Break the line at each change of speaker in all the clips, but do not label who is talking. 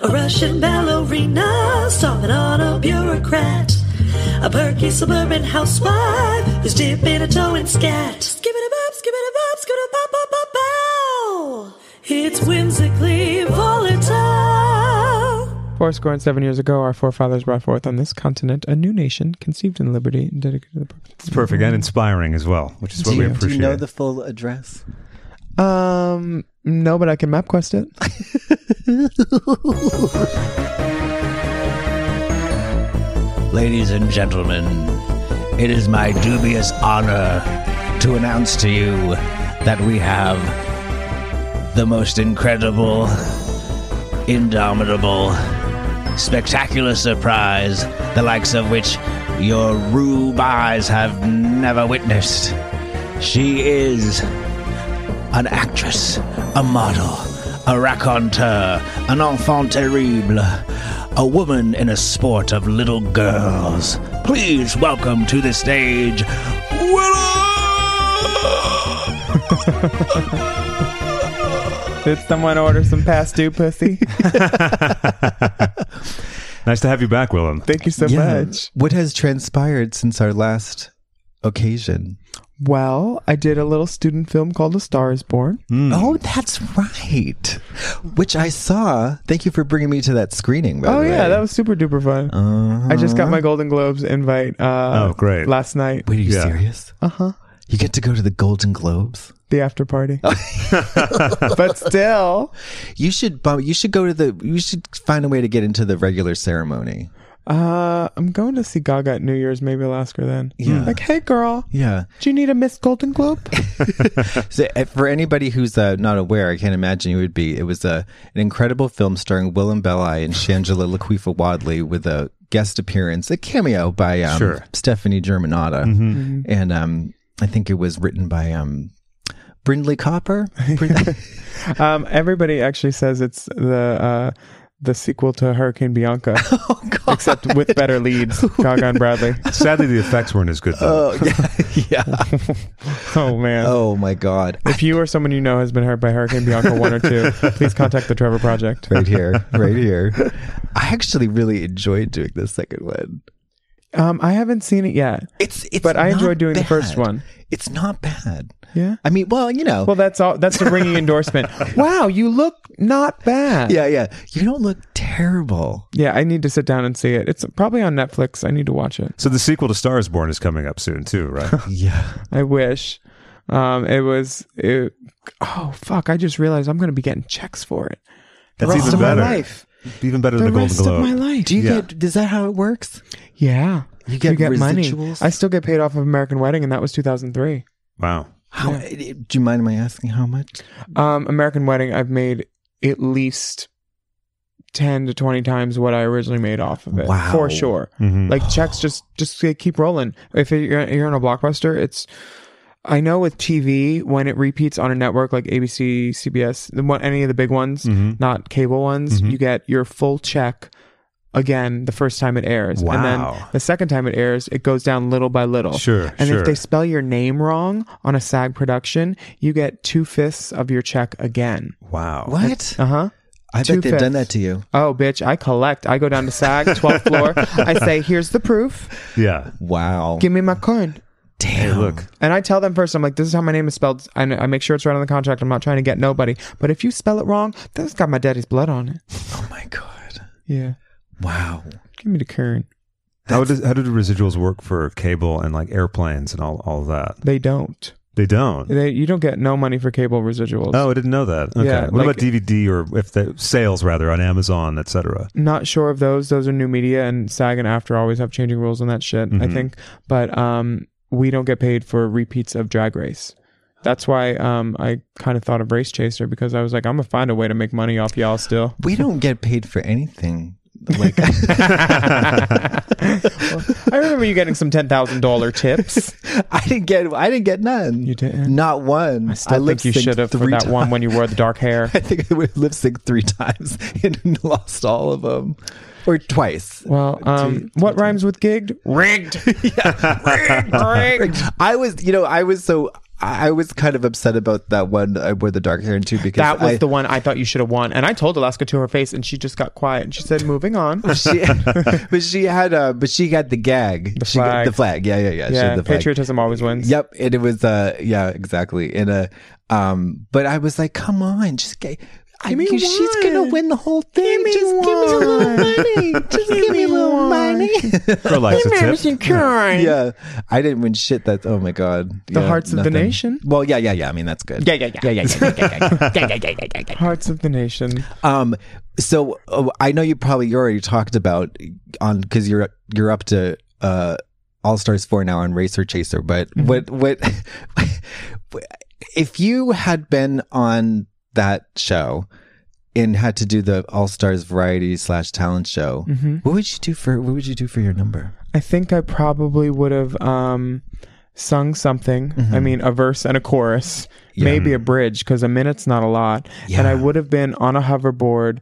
A Russian ballerina, stomping on a bureaucrat. A perky suburban housewife who's dipping a toe in scat. Skibbity bop, skibbity bop, skibbity bop, bop, bop, bow. It's whimsically volatile.
Fourscore and seven years ago, our forefathers brought forth on this continent a new nation conceived in liberty and dedicated to the purpose.
It's perfect and inspiring as well, which is what
do,
we
you, do
appreciate.
you know the full address?
Um, no, but I can map quest it.
Ladies and gentlemen, it is my dubious honor to announce to you that we have the most incredible, indomitable, spectacular surprise, the likes of which your rube eyes have never witnessed. She is an actress, a model, a raconteur, an enfant terrible, a woman in a sport of little girls. Please welcome to the stage Willow!
Oh
Did someone order some past due pussy?
nice to have you back, Willem.
Thank you so much.
What has transpired since our last occasion?
Well, I did a little student film called A Star Is Born.
Oh, that's right. Which I saw. Thank you for bringing me to that screening. By
Oh
the way.
yeah, that was super duper fun. I just got my Golden Globes invite. Uh,
Uh-huh. Oh, great.
Last night,
Wait, are you
Yeah.
serious? Uh
Uh-huh.
huh. You get to go to the Golden Globes.
the after party. but still,
You should bump. You should go to the. You should find a way to get into the regular ceremony.
uh, I'm going to see Gaga at New Year's. Maybe I'll ask her then.
Yeah.
Like, hey, girl,
Yeah.
do you need a Miss Golden Globe?
So, uh, for anybody who's uh, not aware, I can't imagine you would be. It was uh, an incredible film starring Willem Belli and Shangela Laquifa Wadley with a guest appearance, a cameo by um,
Sure.
Stephanie Germanotta, and um, I think it was written by um, Brindley Copper. Brin-
um, everybody actually says it's the uh, the sequel to Hurricane Bianca,
oh God!
except with better leads. Gaga and Bradley.
Sadly, the effects weren't as good,
Uh,
though.
oh, yeah, yeah.
Oh man.
Oh my God!
If you or someone you know has been hurt by Hurricane Bianca one or two, please contact the Trevor Project.
Right here, right here. I actually really enjoyed doing the second one.
Um, I haven't seen it yet,
It's, it's
but I
not
enjoyed doing the first
bad.
one.
It's not bad.
Yeah.
I mean, well, you know,
Well, that's all. That's a ringing endorsement. Wow, you look not bad.
yeah, yeah. You don't look terrible.
Yeah, I need to sit down and see it. It's probably on Netflix. I need to watch it.
So the sequel to Star is Born is coming up soon, too, right?
Yeah.
I wish. Um, it was. It, oh fuck! I just realized I'm going to be getting checks for it. The
That's
rest
even
of
better.
my life.
Even better
The
than the Golden
rest of
Globe.
my life.
Do you
Yeah.
get? Is that how it works?
yeah.
You get residuals?
money. I still get paid off of American Wedding, and that was 2003.
Wow.
How? eh, Do you mind my asking how much?
Um, American Wedding, I've made at least 10 to 20 times what I originally made off of it.
Wow. Mm-hmm.
For sure.
Mhm.
Like checks just just uh, keep rolling. If you're, you're on a blockbuster, it's I know with TV when it repeats on a network like ABC, CBS, the one- any of the big ones,
Mm-hmm.
not cable ones, you get your full check again the first time it airs and then
Wow.
the second time it airs it goes down little by little
Sure,
and
sure.
if they spell your name wrong on a sag production you get two-fifths of your check again
Wow.
What?
uh-huh
I bet they've done
two-fifths.
that to you.
oh bitch i collect i go down to sag 12th floor i say here's the proof
Yeah.
Wow.
give me my coin
Damn.
Look,
and I tell them first, I'm like, this is how my name is spelled. I, I make sure it's right on the contract. I'm not trying to get nobody. But if you spell it wrong, that's got my daddy's blood on it.
Oh my god.
Yeah.
Wow.
Give me the current.
how does how do the residuals work for cable and like airplanes and all all that?
They don't.
They don't.
They, you don't get no money for cable residuals.
Oh, I didn't know that. Okay.
Yeah,
what
like-
about DVD or if the sales rather on Amazon, etc.
Not sure of those. Those are new media, and SAG and After always have changing rules on that shit. I think, but um, we don't get paid for repeats of Drag Race. That's why um, I kind of thought of Race Chaser because I was like, I'm gonna find a way to make money off y'all still.
We don't get paid for anything. Like
I remember you getting some ten thousand dollar tips.
I didn't get. I didn't get none.
You didn't?
Not one.
I still think you
lip-synced
should have for
three
that one
times.
when you wore the dark hair.
I think I would lip sync three times and lost all of them, or twice.
Well, um, what rhymes with gigged? Rigged. rigged. Rigged.
I was, you know, I was so I I was kind of upset about that one uh, where the dark hair and two because
That was
I,
the one I thought you should have won. And I told Alaska to her face, and she just got quiet. And she said, "Moving on."
she, but she had uh but she got the gag. The she
flag.
Got the flag. Yeah, yeah, yeah. She had
yeah,
the flag.
patriotism always wins.
Yep, and it was uh yeah, exactly. And uh um but I was like, come on, just get I
me
mean she's gonna
one.
win the whole thing.
me
just give me a
one.
little money. Just give me a little money.
Or likes a tip.
Yeah.
yeah. I didn't win shit that's oh my god.
The
Yeah,
hearts of the
nothing.
nation.
Well, yeah, yeah, yeah. I mean that's good.
Yeah, yeah, yeah, yeah, yeah, Hearts of the nation.
Um, so oh, I know you probably you already talked about on because you're you're up to uh All Stars four now on Racer Chaser, but
Mm-hmm.
what what if you had been on that show and had to do the All Stars variety slash talent show,
Mm-hmm.
what would you do for what would you do for your number?
I think I probably would have um, sung something. I mean, a verse and a chorus, maybe a bridge, because a minute's not a lot. And I
Yeah.
would have been on a hoverboard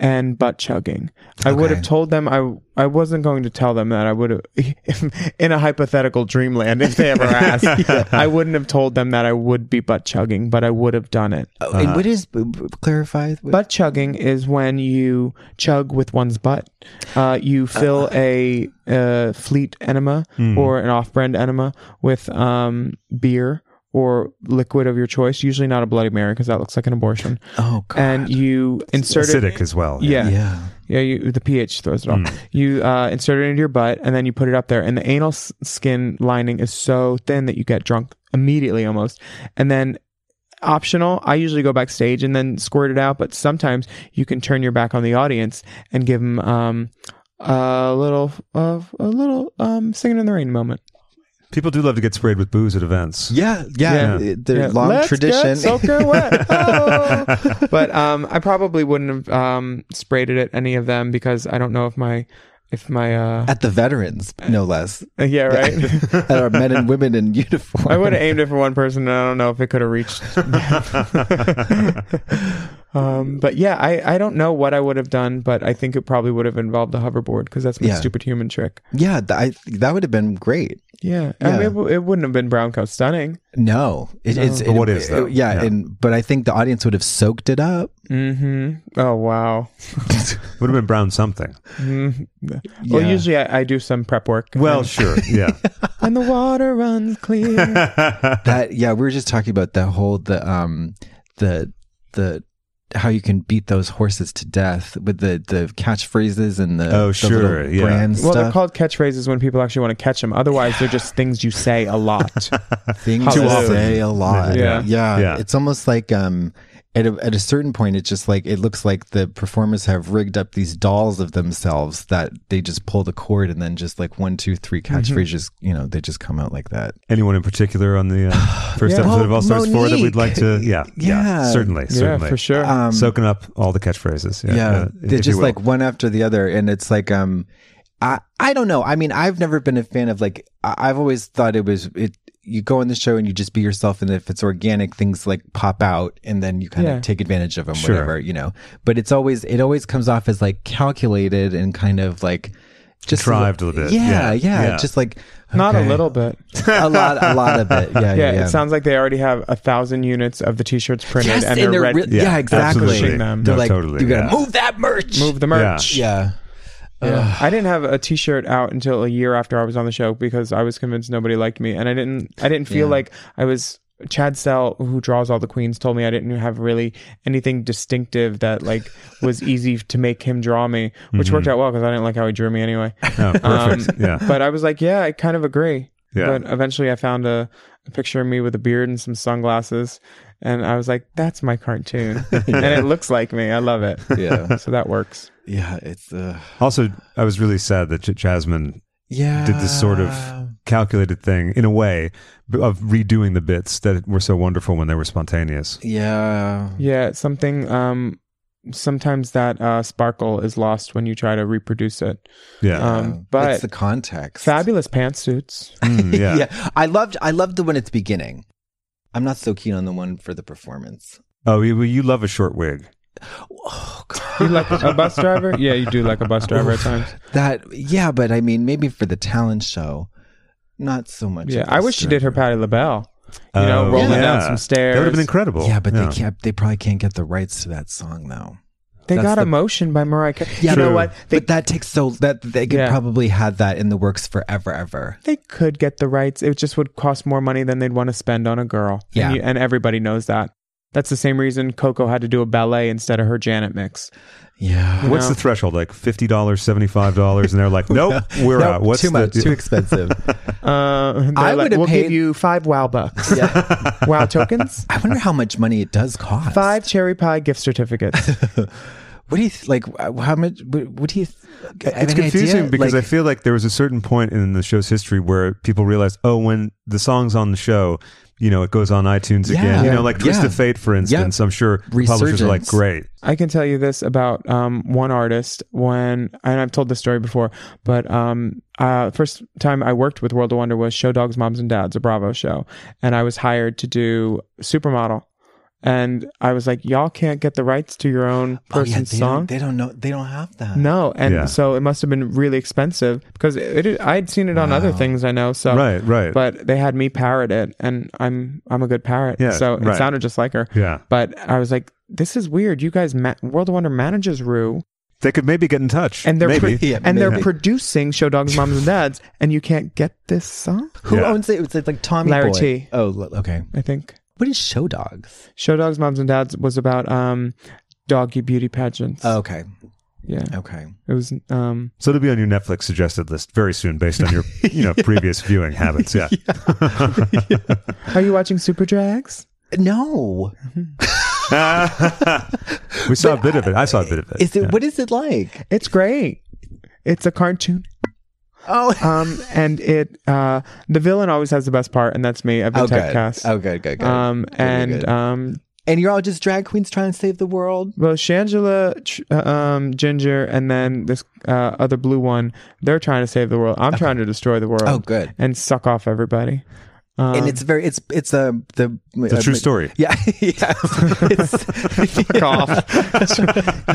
and butt chugging. I would have
Okay.
told them I I wasn't going to tell them that I would have in a hypothetical dreamland if they ever asked. I wouldn't have told them that I would be butt chugging, but I would have done it.
Oh, and what is b- b- clarify? What,
Butt chugging is when you chug with one's butt. Uh, you fill a, uh fleet enema or an off-brand enema with um, beer or liquid of your choice. Usually not a Bloody Mary because that looks like an abortion.
oh god,
And you insert it.
Acidic as well.
Yeah, yeah.
yeah.
you, the pH throws it off. You uh, insert it into your butt and then you put it up there. And the anal s- skin lining is so thin that you get drunk immediately almost. And then optional. I usually go backstage and then squirt it out, but sometimes you can turn your back on the audience and give them um, a little uh, a little um, singing in the rain moment.
People do love to get sprayed with booze at events.
Yeah, yeah,
Yeah.
The
Yeah.
long
Let's
tradition.
Get soaking wet. Oh. but um, I probably wouldn't have um, sprayed it at any of them because I don't know if my if my uh,
At the veterans, no less.
yeah right.
that are men and women in uniform.
I would have aimed it for one person, and I don't know if it could have reached. um, but yeah, I, I don't know what I would have done, but I think it probably would have involved the hoverboard because that's my
Yeah.
stupid human trick.
Yeah, th- I, that would have been great.
Yeah, I mean,
Yeah.
it, w- it wouldn't have been brown cow stunning.
No, it, it's
But what is that?
yeah,
Yeah.
and but I think the audience would have soaked it up.
Mm-hmm. Oh wow.
Would have been brown something.
Well,
Yeah.
usually I, I do some prep work.
Well,
and,
sure. Yeah.
and the water runs clear.
That yeah, we were just talking about the whole the um the the how you can beat those horses to death with the the catchphrases and the
Oh,
the
sure,
little
yeah.
brand
well, they're
stuff
called catchphrases when people actually want to catch them. Otherwise, they're just things you say a lot.
things
Too
to
often.
say a lot.
Yeah.
yeah,
Yeah.
It's almost like um. At a, at a certain point, it's just like it looks like the performers have rigged up these dolls of themselves that they just pull the cord and then just like one, two, three
Mm-hmm.
catchphrases, you know, they just come out like that.
Anyone in particular on the uh, first
Yeah.
episode
Well,
of All Stars 4 that
Monique.
we'd like to? Yeah.
Yeah.
Certainly.
yeah,
Certainly.
for sure.
Um,
Soaking up all the catchphrases. Yeah.
yeah,
uh, if
they're
you
just
will.
like one after the other, and it's like um, I I don't know. I mean, I've never been a fan of like I, I've always thought it was it. You go on the show and you just be yourself, and if it's organic, things like pop out, and then you kind
Yeah.
of take advantage of them,
Sure.
whatever you know. But it's always it always comes off as like calculated and kind of like just
Contrived a little bit.
Yeah, yeah,
Yeah, yeah.
just like
Not a
okay.
little bit.
a lot, a lot of it. Yeah, yeah.
Yeah,
yeah.
it sounds like they already have a thousand units of the t-shirts printed,
Yes,
and they're, ready.
re- yeah,
Yeah,
exactly.
absolutely.
They're
No,
like,
totally,
you gotta
yeah.
move that merch.
Move the merch.
Yeah.
Yeah. I didn't have a T-shirt out until a year after I was on the show because I was convinced nobody liked me, and I didn't. I didn't feel like I was. Chad Sell, who draws all the queens, told me I didn't have really anything distinctive that like was easy to make him draw me, which worked out well because I didn't like how he drew me anyway.
Oh, perfect.
Um,
yeah.
But I was like, yeah, I kind of agree.
Yeah.
But eventually, I found a, a picture of me with a beard and some sunglasses, and I was like, that's my cartoon, and it looks like me. I love it.
Yeah.
So that works.
Yeah. It's uh
Also, I was really sad that J- Jasmine
yeah.
did this sort of calculated thing in a way b- of redoing the bits that were so wonderful when they were spontaneous.
Yeah.
Yeah, it's something. Um, sometimes that uh, sparkle is lost when you try to reproduce it.
Yeah.
Um,
Yeah.
but-
Uh, it's the context.
Fabulous pantsuits.
Mm, yeah.
Yeah. I loved I loved the one at the beginning. I'm not so keen on the one for the performance.
Oh, you, you love a short wig.
Oh god.
You like a bus driver? Yeah, you do like a bus driver at times.
That yeah, but I mean maybe for the talent show, not so much.
Yeah,
of
I
this
wish she did her
driver.
Patty LaBelle. you know,
Oh,
rolling
yeah.
down some stairs.
That would have been incredible.
Yeah, but they can't. They probably can't get the rights to that song though.
They
That's
got
the-
emotion by Mariah Carey.
Yeah,
you know
but-
what? They
but that takes so that they could
Yeah.
probably had that in the works forever, ever.
they could get the rights. It just would cost more money than they'd want to spend on a girl.
Yeah.
and, you- and everybody knows that. That's the same reason Coco had to do a ballet instead of her Janet mix.
Yeah.
What's
No.
the threshold? Like fifty dollars, seventy five dollars, and they're like, "Nope, we're
Nope,
out." uh, What's
too
the,
much? Too expensive.
Uh, they're
I
like,
would've
we'll
paid-
give you five wow bucks,
yeah.
wow tokens,
I wonder how much money it does cost.
five cherry pie gift certificates.
What do you th- like? uh, How much? What, what do you? Th-
It's confusing because I feel like there was a certain point in the show's history where people realized, oh, when the song's on the show, you know, it goes on iTunes
Yeah.
again. You know, like Twist
Yeah.
of Fate, for instance. I'm sure publishers are like,
Resurgence.
great.
I can tell you this about um, one artist when, and I've told this story before, but um, uh, first time I worked with World of Wonder was Show Dogs, Moms and Dads, a Bravo show, and I was hired to do Supermodel, and I was like, y'all can't get the rights to your own
Oh, yeah,
person's
they
song.
Don't, they don't know. They don't have that.
no, and
Yeah.
so it must have been really expensive because it, it, I'd seen it on other
Wow.
things I know. So
right, right.
but they had me parrot it, and I'm I'm a good parrot,
Yeah,
so it
right.
sounded just like her.
yeah.
But I was like, this is weird. You guys, ma- World of Wonder manages Rue,
They could maybe get in touch.
and they're
maybe.
pro-
Yeah,
and they're
maybe.
producing Show Dogs, Moms and Dads, and you can't get this song.
Who
Yeah.
owns it? It's like, like Tommy
Larry
Boy.
T.
Oh, l- okay.
I think
What is Show Dogs?
Show Dogs, Moms and Dads was about um doggy beauty pageants.
Oh, Okay.
yeah,
Okay.
it was um
so it'll be on your Netflix suggested list very soon based on your you know previous viewing habits. Yeah.
Are you watching Super Drags?
No.
we saw a bit of it. I saw a bit of it.
Is it?
Yeah.
What is it like?
It's great. It's a cartoon.
Oh.
Um, and it uh the villain always has the best part, and that's me. I've been
Oh, good.
typecast.
Oh, good, good, good.
Um,
Good, good,
and
good.
um,
and you're all just drag queens trying to save the world.
well, Shangela, tr- uh, um, Ginger, and then this uh, other blue one, they're trying to save the world. I'm trying to destroy the world.
Oh, good.
And suck off everybody. Um,
and it's very. It's it's uh, the. uh,
It's a true story.
Yeah. yeah. It's,
fuck off.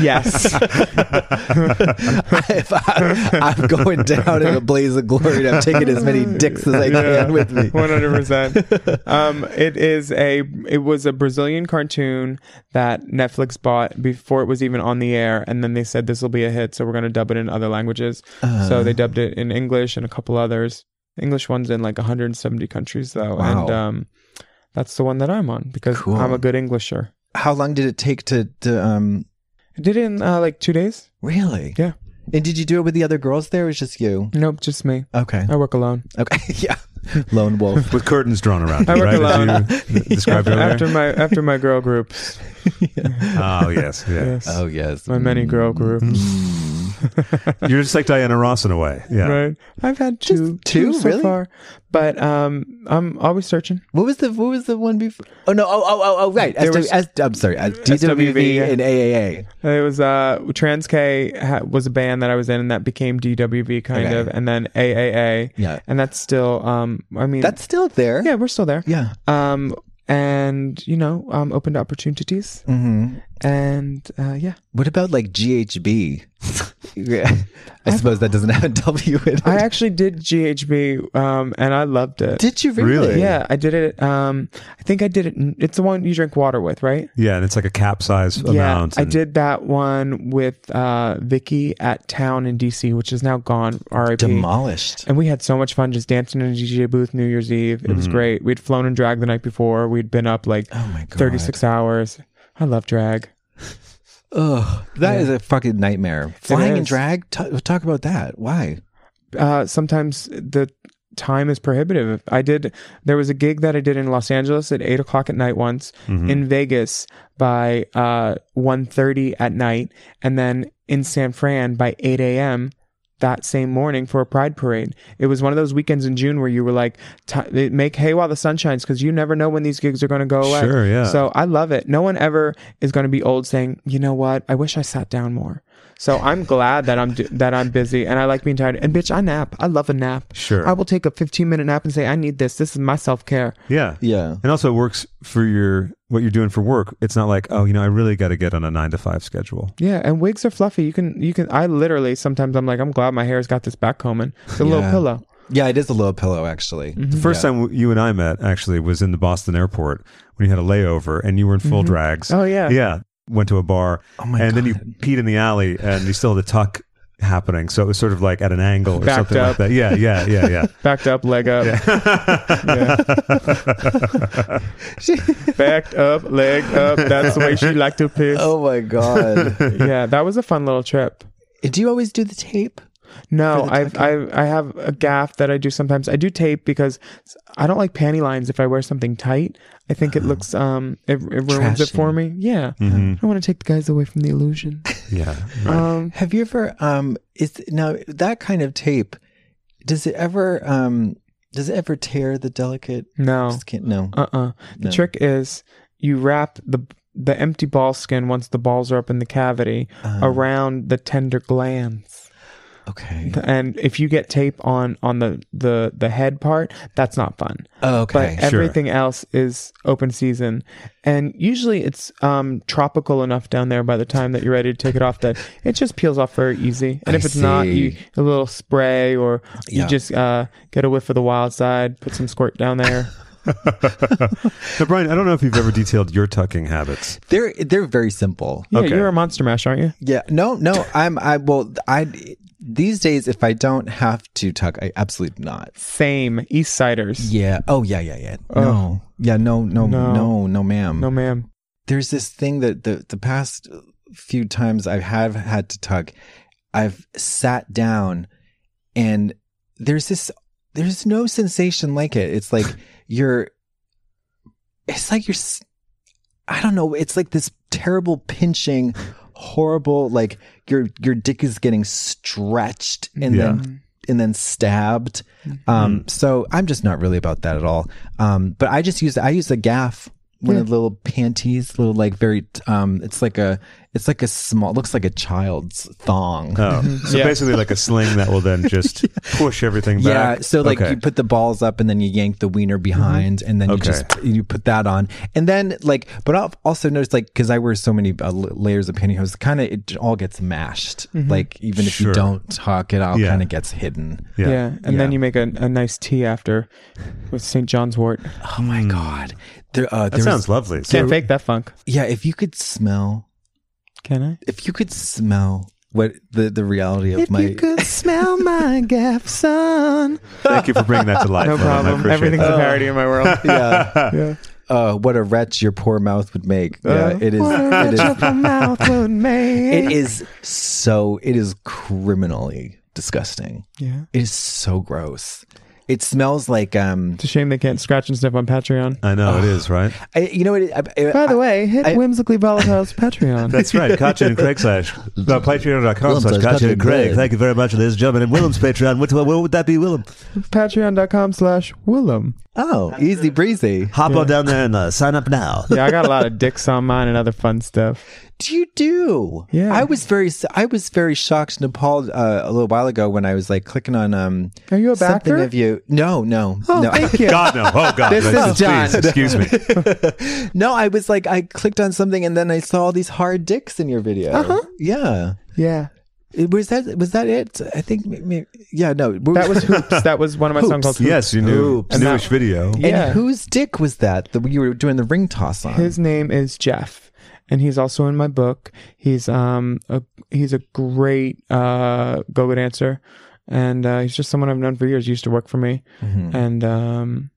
yes.
if I, I'm going down in a blaze of glory and I'm taking as many dicks as I can with me.
One hundred percent. Um, it is a. It was a Brazilian cartoon that Netflix bought before it was even on the air, and then they said this will be a hit, so we're going to dub it in other languages. so
Uh.
they dubbed it in English and a couple others. English ones in like 170 countries though,
Wow.
and um, that's the one that I'm on because
Cool.
I'm a good Englisher.
How long did it take to to um
I did it in uh, like two days.
really?
Yeah.
And did you do it with the other girls there? Or was just you?
Nope, just me.
Okay.
I work alone.
Okay. yeah. Lone wolf.
With curtains drawn around
I
it,
work
right? As
alone.
you described
Oh,
earlier.
After my after my girl groups.
oh yes, yeah.
Yes.
Oh yes.
My many girl groups.
You're just like Diana Ross in a way. Yeah.
Right. I've had two,
two,
so
really?
far, but um, I'm always searching.
What was the what was the one before? Oh no! Oh oh oh oh! Right.
There
SW,
was-
S, I'm sorry. Uh, DWV
SWV, yeah.
and AAA.
It was uh, Trans K ha- was a band that I was in, and that became DWV kind
Okay.
of, and then AAA.
Yeah.
and that's still. Um, I mean,
That's still there.
yeah, we're still there.
Yeah.
Um, and you know, um, open to opportunities,
Mm-hmm.
and uh, yeah,
What about like GHB? yeah. I suppose that doesn't have a W in it.
I actually did GHB, um, and I loved it.
Did you really?
Really?
yeah, I did it. Um, I think I did it. in- It's the one you drink water with, right?
Yeah, and it's like a capsize
Yeah,
amount.
I
and-
did that one with uh, Vicky at Town in DC, which is now gone. R.I.P.
Demolished.
and we had so much fun just dancing in a DJ booth New Year's Eve. It was great. We'd flown and drag the night before. We'd been up like
Mm-hmm. Oh my god.
36 hours. I love drag.
Ugh, that is a fucking nightmare. Flying in
is.
drag. T- talk about that. Why?
uh, sometimes the time is prohibitive. I did. There was a gig that I did in Los Angeles at eight o'clock at night once,
Mm-hmm.
in Vegas by uh, one thirty at night, and then in San Fran by eight a.m. That same morning for a pride parade. It was one of those weekends in June where you were like, t- make hay while the sun shines because you never know when these gigs are going to go away.
Sure, yeah.
So Oh, I love it. No one ever is going to be old saying, you know what? I wish I sat down more. So I'm glad that I'm do- that I'm busy and I like being tired. And bitch, I nap. I love a nap.
Sure.
I will take a 15 minute nap and say, I need this. This is my self care.
Yeah.
Yeah.
And also it works for your what you're doing for work. It's not like, oh, you know, I really got to get on a 9 to 5 schedule.
Yeah. And wigs are fluffy. You can you can. I literally sometimes I'm like, I'm glad my hair's got this back combing. It's a
Yeah.
little pillow.
Yeah, it is a low pillow actually.
Mm-hmm.
The first time w- you and I met actually was in the Boston airport when you had a layover and you were in full drags.
Oh, yeah.
yeah. Went to a bar,
Mm-hmm. Oh, my
and then you
God.
peed in the alley, and you still had the tuck happening, so it was sort of like at an angle or
Backed
something
up.
like that. Yeah, yeah, yeah, yeah.
Backed up, leg up. Yeah. Backed up, leg up. That's the way she liked to piss.
Oh my god!
Yeah, that was a fun little trip.
do you always do the tape?
No, I I I have a gaff that I do sometimes. I do tape because I don't like panty lines if I wear something tight. I think it looks um it, it ruins it
Oh. Trashy. Mm-hmm.
for me. Yeah. I don't want to take the guys away from the illusion.
yeah.
um
Have you ever um is now that kind of tape? Does it ever um does it ever tear the delicate
no.
skin? No.
Uh-uh. The
No.
trick is you wrap the the empty ball skin once the balls are up in the cavity
Uh-huh.
around the tender glands.
Okay.
And if you get tape on on the the the head part, that's not fun.
Oh, okay.
but everything else is open season and usually it's um tropical enough down there by the time that you're ready to take it off that it just peels off very easy and
I
if it's not you
see.
a little spray or
Yeah.
you just uh get a whiff of the wild side put some squirt down there
Now, Brian, I don't know if you've ever detailed your tucking habits.
they're they're very simple.
yeah
Okay.
you're a monster mash aren't you
Yeah. No, no. I'm I well I these days if I don't have to tuck, I absolutely do not.
same east siders
Yeah. Oh yeah, yeah, yeah. no. Yeah, no, no,
No.
no, no, ma'am.
no ma'am
There's this thing that the the past few times I have had to tuck, I've sat down and there's this there's no sensation like it. It's like you're it's like you're s- I don't know, it's like this terrible pinching horrible like your your dick is getting stretched and then and then stabbed. Um so I'm just not really about that at all. Um but I just use I use a gaff one of the little panties, little like very um it's like a it's like a small looks like a child's thong.
Oh, so
Yeah.
basically like a sling that will then just push everything
Yeah,
back.
so like
Okay.
you put the balls up and then you yank the wiener behind and then
Okay.
you just you put that on. And then like but I've also noticed like cuz I wear so many uh, l- layers of pantyhose kind of it all gets mashed. Like even if
Sure.
you don't talk it all
Yeah.
kind of gets hidden.
yeah,
Yeah.
and then
Yeah.
you make a, a nice tea after with st john's wort
Oh my god. There uh
that
there's
sounds lovely. So,
can't fake that funk
yeah, if you could smell
can i
if you could smell what the the reality of my
smell my gaff son
thank you for bringing that to life.
No
Oh,
Ronan. I
problem.
appreciate
Everything's
that.
a parody in my world.
yeah.
yeah.
Uh, what a wretch your poor mouth would make.
Uh,
Yeah, it is.
what a
It
wretch
is
of a mouth would make.
It is so. It is criminally disgusting.
Yeah.
It is so gross. It smells like um.
It's a shame they can't scratch and sniff on Patreon.
I know it is right.
I, you know what? it- I, I,
By the way, hit
I-
Whimsically Volatile's Patreon.
That's right. Katya and Craig slash no, patreon.com
Willem
slash
slash
Katya
Katya
and Craig.
Craig.
Thank you very much, ladies and gentlemen. And Willem's Patreon. What, what would that be, Willem?
Patreon.com slash Willem.
oh, easy breezy.
Hop on down there and uh, sign up now.
Yeah, I got a lot of dicks on mine and other fun stuff.
Do you do?
Yeah.
I was very. s- I was very shocked, Nepal, uh, a little while ago when I was like clicking on um.
Are you a
something
backer?
of you? No, no,
Oh,
no.
thank you.
God no! Oh God!
This
Please,
is done.
Excuse me.
No, I was like, I clicked on something and then I saw all these hard dicks in your video. Uh-huh. Yeah.
Yeah.
It- was that was that it? I think. m- m- Yeah. No.
That was Hoops. That was one of my songs
Hoops.
called Hoops.
Yes, you knew.
Oops.
Newish video.
And
Yeah.
whose dick was that that you were doing the ring toss on?
His name is Jeff, and he's also in my book. He's um a he's a great uh go-go dancer, and uh, he's just someone I've known for years. He used to work for me, and um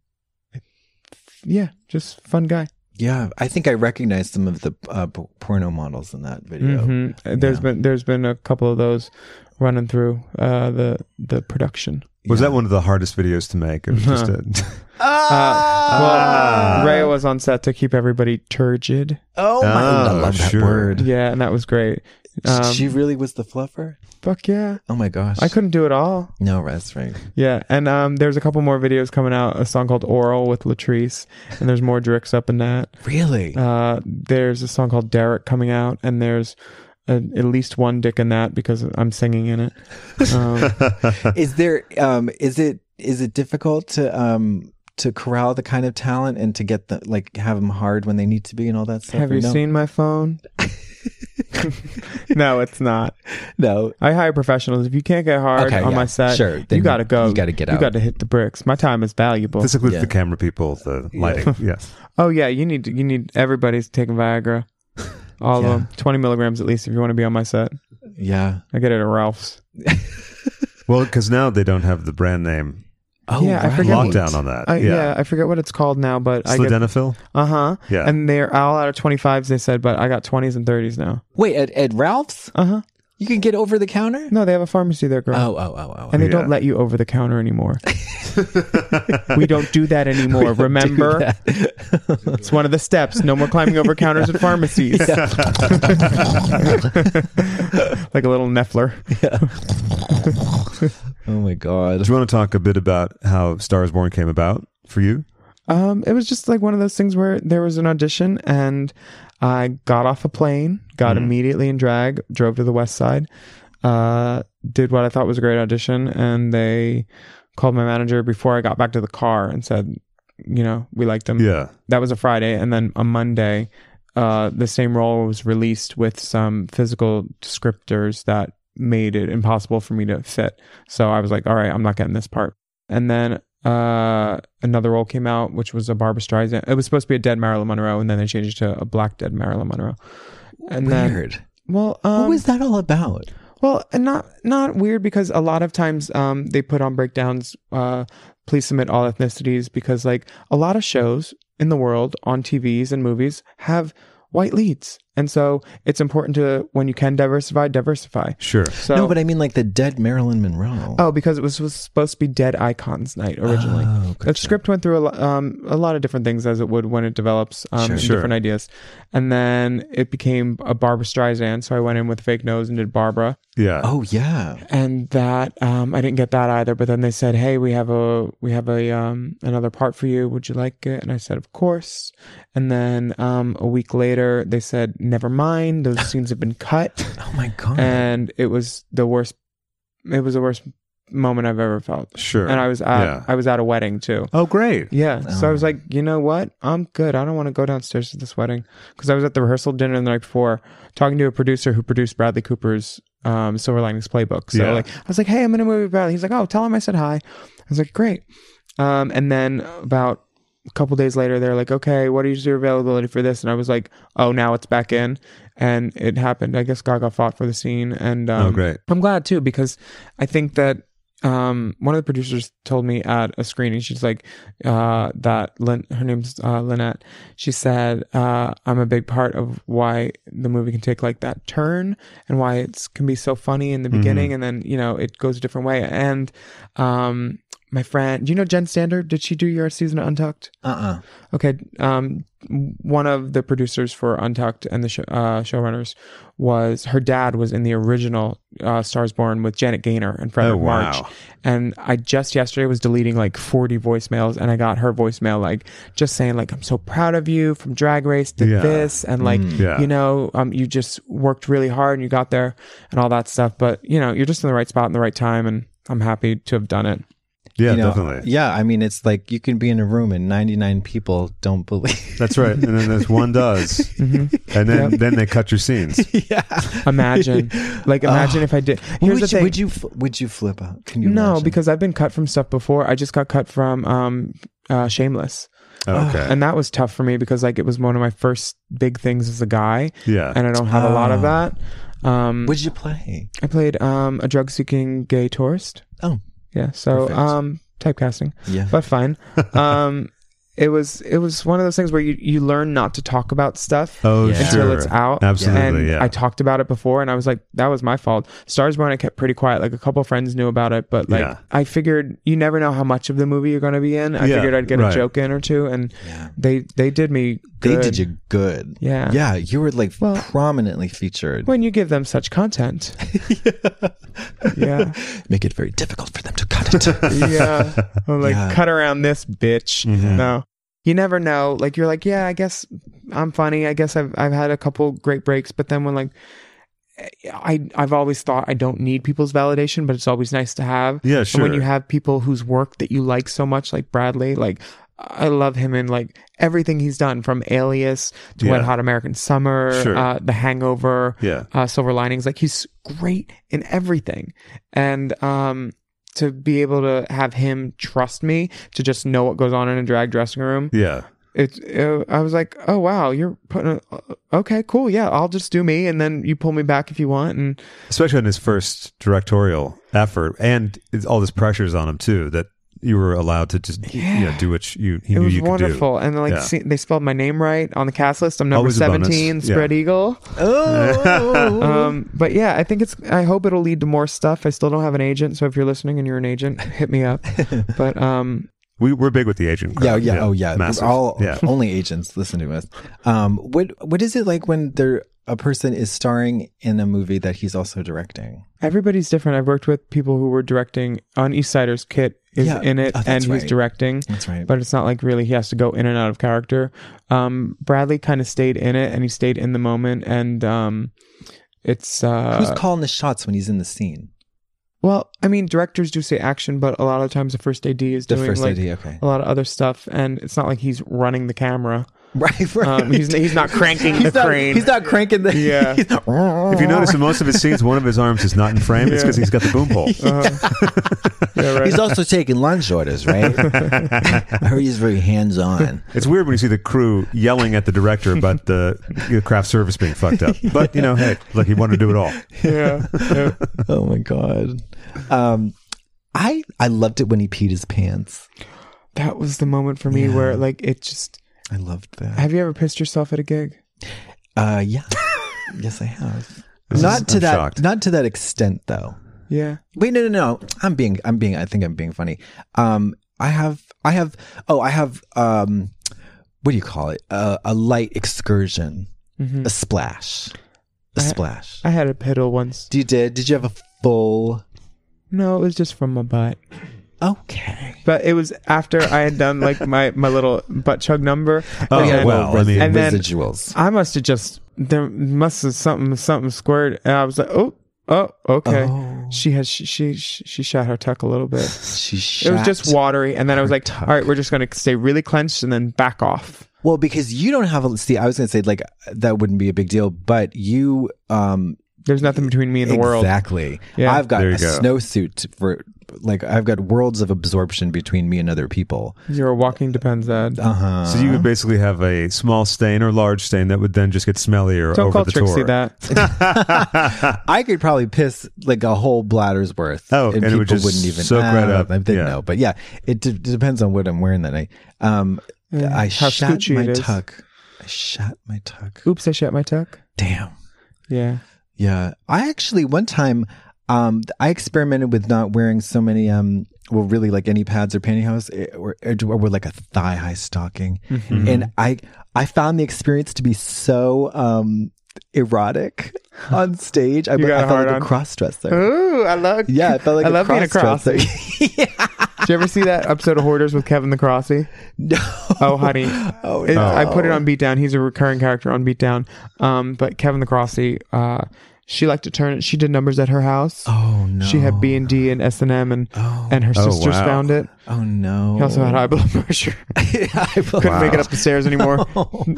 yeah, just fun guy.
yeah, I think I recognized some of the uh, p- porno models in that video.
Mhm. Uh, There's been there's been a couple of those running through uh the the production.
Was that one of the hardest videos to make? It was just
Uh-huh.
a,
Uh, well, Rhea was on set to keep everybody turgid.
Oh my!
Ah,
I love that
sure.
word.
Yeah, and that was great. Um,
she really was the fluffer.
fuck yeah.
Oh my gosh!
I couldn't do it all.
No, that's right.
Yeah, and um, there's a couple more videos coming out. A song called "Oral" with Latrice, and there's more Drix up in that.
Really?
Uh, there's a song called "Derek" coming out, and there's a, at least one dick in that because I'm singing in it. Um,
is there? Um, is it? Is it difficult to um to corral the kind of talent and to get the like have them hard when they need to be and all that stuff?
have
or
you
no?
seen my phone? no, it's not.
No.
I hire professionals. If you can't get hard
Okay,
on
yeah,
my set,
sure. Then
you got to go.
you gotta get
You
out.
got to hit the bricks. My time is valuable.
This includes
Yeah.
the camera people, the lighting. yes.
oh yeah, you need you need everybody's taking Viagra. All
Yeah.
of them, twenty milligrams at least, if you want to be on my set.
Yeah.
I get it at Ralph's.
Well, because now they don't have the brand name
Oh,
Yeah, I
right.
forget-
lockdown on that.
I, yeah. I forget what it's called now, but I get
Sildenafil?
uh huh.
Yeah.
and they're all out of twenty fives. They said, but I got twenties and thirties now.
Wait, at, at Ralph's?
Uh huh.
You can get over the counter?
No, they have a pharmacy there, girl.
Oh, oh, oh, oh.
and they
Yeah.
don't let you over the counter anymore. we don't do that anymore. Remember, it's one of the steps. No more climbing over counters at pharmacies. like a little Neffler.
oh my God.
Do you want to talk a bit about how Stars Born came about for you?
Um, it was just like one of those things where there was an audition and I got off a plane, got immediately in drag, drove to the west side, uh, did what I thought was a great audition, and they called my manager before I got back to the car and said, you know, we liked him.
Yeah.
that was a Friday, and then a Monday, uh, the same role was released with some physical descriptors that made it impossible for me to fit. So I was like, all right, I'm not getting this part. And then uh, another role came out, which was a Barbara Streisand. It was supposed to be a dead Marilyn Monroe, and then they changed it to a black dead Marilyn Monroe. And then,
Weird.
well, um,
what was that all about?
well, and not not weird because a lot of times um, they put on breakdowns. Uh, please submit all ethnicities because like a lot of shows in the world on TVs and movies have white leads, and so it's important to when you can diversify, diversify.
Sure.
So
no, but I mean like the dead Marilyn Monroe.
oh, because it was, was supposed to be Dead Icons Night originally.
Oh,
The
gotcha.
script went through a, lo- um, a lot of different things as it would when it develops um, and
Sure.
different ideas, and then it became a Barbara Streisand. So I went in with a fake nose and did Barbara
Yeah.
Oh, yeah.
and that um, I didn't get that either. But then they said, "Hey, we have a we have a um, another part for you. Would you like it?" And I said, "Of course." And then um, a week later, they said, "Never mind. Those scenes have been cut."
Oh my God.
And it was the worst. It was the worst moment I've ever felt.
Sure.
And I was at
Yeah.
I was at a wedding too.
oh, great.
Yeah. So I was
Oh.
like, you know what? I'm good. I don't want to go downstairs to this wedding because I was at the rehearsal dinner the night before talking to a producer who produced Bradley Cooper's um, Silver Linings Playbook. So
Yeah.
like, I was like, hey, I'm in a movie with Bradley. He's like, oh, tell him I said hi. I was like, great. Um, and then about a couple days later, they're like, okay, what is your availability for this? And I was like, oh, now it's back in. And it happened. I guess Gaga fought for the scene. And um,
oh, great.
I'm glad too because I think that um, one of the producers told me at a screening, she's like, uh, that Lin- her name's uh, Lynette. She said, uh, I'm a big part of why the movie can take like that turn and why it can be so funny
Mm-hmm.
in the beginning and then, you know, it goes a different way. And um, my friend, do you know Jen Stander? Did she do your season of Untucked?
uh-uh.
Okay. Um, one of the producers for Untucked and the show, uh, showrunners was her dad was in the original uh, Stars Born with Janet Gaynor and Frederick
Oh, wow.
March. And I just yesterday was deleting like 40 voicemails and I got her voicemail like just saying like I'm so proud of you from Drag Race did
Yeah.
this and like
Yeah.
you know um, you just worked really hard and you got there and all that stuff. But you know you're just in the right spot in the right time and I'm happy to have done it.
Yeah,
You know,
definitely.
Yeah. I mean, it's like you can be in a room and 99 people don't believe.
That's right. And then this one does.
Mm-hmm.
And then, then they cut your scenes.
Imagine like imagine if I did. Here's the
would,
thing.
you, would you fl- would you flip out? Can you
no,
imagine?
because I've been cut from stuff before. I just got cut from um, uh, Shameless,
Oh, Okay.
and that was tough for me because like it was one of my first big things as a guy,
yeah.
and I don't have a lot of that. Um,
would you play?
I played um, a drug-seeking gay tourist.
Oh,
Yeah, so
Perfect.
um, typecasting,
yeah.
but fine. um, it was it was one of those things where you you learn not to talk about stuff.
oh,
Yeah.
sure.
Until it's out,
Absolutely.
and
yeah.
I talked about it before, and I was like, that was my fault. Stars Born, I kept pretty quiet. Like a couple friends knew about it, but like
Yeah.
I figured you never know how much of the movie you're going to be in. I
Yeah,
figured I'd get a
right.
joke in or two, and
Yeah.
they they did me.
They
Good.
did you good.
Yeah.
Yeah. You were like
Well-
prominently featured.
When you give them such content, yeah,
Make it very difficult for them to cut it.
yeah, I'm like
Yeah.
cut around this bitch. No, you never know. Like you're like, yeah, I guess I'm funny. I guess I've I've had a couple great breaks, but then when like. eh, I I've always thought I don't need people's validation, but it's always nice to have.
yeah,
And
sure.
when you have people whose work that you like so much, like Bradley, like I love him in like everything he's done from Alias to Wet
Yeah.
Hot American Summer,
Sure.
uh, The Hangover,
Yeah.
uh, Silver Linings. Like he's great in everything, and um, to be able to have him trust me to just know what goes on in a drag dressing room,
Yeah.
it, it I was like, oh wow, you're putting a, uh, okay, cool, yeah, I'll just do me, and then you pull me back if you want, and
Especially on his first directorial effort. And it's, all this pressure's on him, too, that you were allowed to just you know, do what you, he
it
knew
was
you could
wonderful.
do.
And like
Yeah.
see, they spelled my name right on the cast list. I'm number
Always a bonus.
17,
Yeah.
spread eagle.
Oh,
Um, but yeah, I think it's. I hope it'll lead to more stuff. I still don't have an agent, so if you're listening and you're an agent, hit me up. but um,
we, we're big with the agent.
yeah,
crowd.
yeah, oh yeah, We're
Massive.
all
yeah.
only agents listen to us. Um, what what is it like when there a person is starring in a movie that he's also directing?
everybody's different. I've worked with people who were directing on East Siders. Kit is
Yeah.
in it,
Oh,
and
that's
he's
right.
directing.
That's right.
But it's not like really he has to go in and out of character. Um, Bradley kind of stayed in it, and he stayed in the moment, and um, it's uh,
Who's calling the shots when he's in the scene?
Well, I mean, directors do say action, but a lot of times the first AD is
The
doing
first
like um,
idea, okay.
a lot of other stuff, and it's not like he's running the camera.
Right, right.
Um, he's he's not cranking
He's
the
not,
crane.
he's not cranking the.
Yeah.
he's not-
If you notice in most of his scenes, one of his arms is not in frame. It's because he's got the boom pole.
Uh-huh. Yeah, right.
He's also taking lunch orders, right? I heard he's very hands on.
It's weird when you see the crew yelling at the director about the you know, craft service being fucked up. But you know, hey, look, he wanted to do it all.
yeah, yeah.
Oh my god. Um, I I loved it when he peed his pants.
That was the moment for me where like it just.
I loved that.
Have you ever pissed yourself at a gig?
Uh, yeah. yes, I have.
This
not
is-
to
I'm
that.
shocked.
Not to that extent, though.
Yeah.
Wait, no, no, no. I'm being, I'm being, I think I'm being funny. Um, I have, I have, oh, I have, um, what do you call it? Uh, a light excursion, a splash, a splash.
Mm-hmm. I had a piddle once.
you did? Did you have a full?
No, it was just from my butt.
Okay.
But it was after I had done like my, my little butt chug number.
Oh,
and then-
well, I mean-
And then-
residuals.
I must have just there must have something something squared, and I was like, oh, oh, okay.
Oh.
She has she, she she shot her tuck a little bit.
she
It was just
shat.
watery, and then I was like,
tuck.
all right, we're just gonna stay really clenched and then back off.
Well, because you don't have a see. I was gonna say like that wouldn't be a big deal, but you um
There's nothing between me and the world.
Exactly.
Yeah.
I've got
There
a
you go.
snowsuit for like I've got worlds of absorption between me and other people.
You're a walking depends ad.
Uh-huh.
So you would basically have a small stain or large stain that would then just get smellier
Don't
over
call
the
Trixie
tour.
that.
I could probably piss like a whole bladder's worth.
Oh, and it would just soak right up.
I didn't
Yeah.
know, but yeah, it d- depends on what I'm wearing that night. Um, I
how
shot
scoochy
my
it is.
tuck. I shot my tuck.
Oops, I shot my tuck.
Damn.
Yeah.
Yeah. I actually one time um I experimented with not wearing so many um well really like any pads or pantyhose eh, or or, or like a thigh high stocking.
Mm-hmm.
And I I found the experience to be so um erotic on stage. I, I
You got a
felt like
hard-on?
a cross dresser.
Ooh, I love.
Yeah, I felt like
I
a
love being a
cross-dresser.
Did you ever see that episode of Hoarders with Kevin the Crossy?
no.
Oh, honey.
Oh,
It-
no.
I put it on Beatdown. He's a recurring character on Beatdown. Um, but Kevin the Crossy, uh, she liked to turn it. She did numbers at her house.
Oh no.
She had B and D and S and M, and
Oh.
and her
Oh,
sisters
wow.
found it.
Oh no.
He also had high blood pressure.
I felt-
Couldn't make it up the stairs anymore.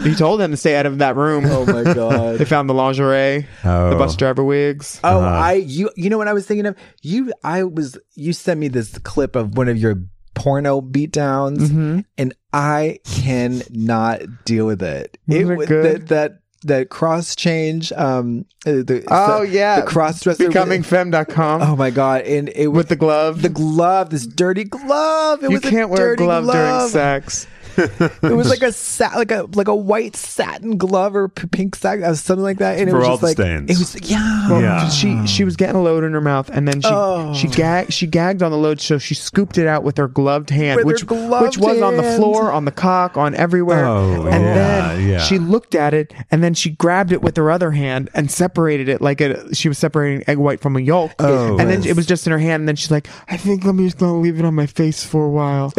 he told them to stay out of that room.
Oh my god.
They found the lingerie, the
Oh.
bus driver wigs.
Oh, I you you know what I was thinking of? You I was you sent me this clip of one of your porno beatdowns
Mm-hmm.
and I cannot deal with it.
Was it
was
good?
that that that cross change um uh, the
Oh,
the-
yeah.
the cross dresser
Becomingfem.com
Oh my god, and it was
with the glove.
the glove, this dirty glove. It
you
was a
can't wear a
dirty
glove, during
glove.
sex.
It was like a sat, like a like a white satin glove or p- pink satin, or something like that. And it
For
was
all
just
the
like
stains.
it was yeah.
Well,
Yeah.
she she was getting a load in her mouth, and then she
Oh.
she gagged she gagged on the load, so she scooped it out with her gloved hand,
With her
which which
gloved
was on the
hand.
floor, on the cock, on everywhere.
Oh,
and
yeah,
then
yeah.
she looked at it, and then she grabbed it with her other hand and separated it like a, she was separating egg white from a yolk.
Oh.
and then it was just in her hand. And then she's like, "I think let me just gonna leave it on my face for a while."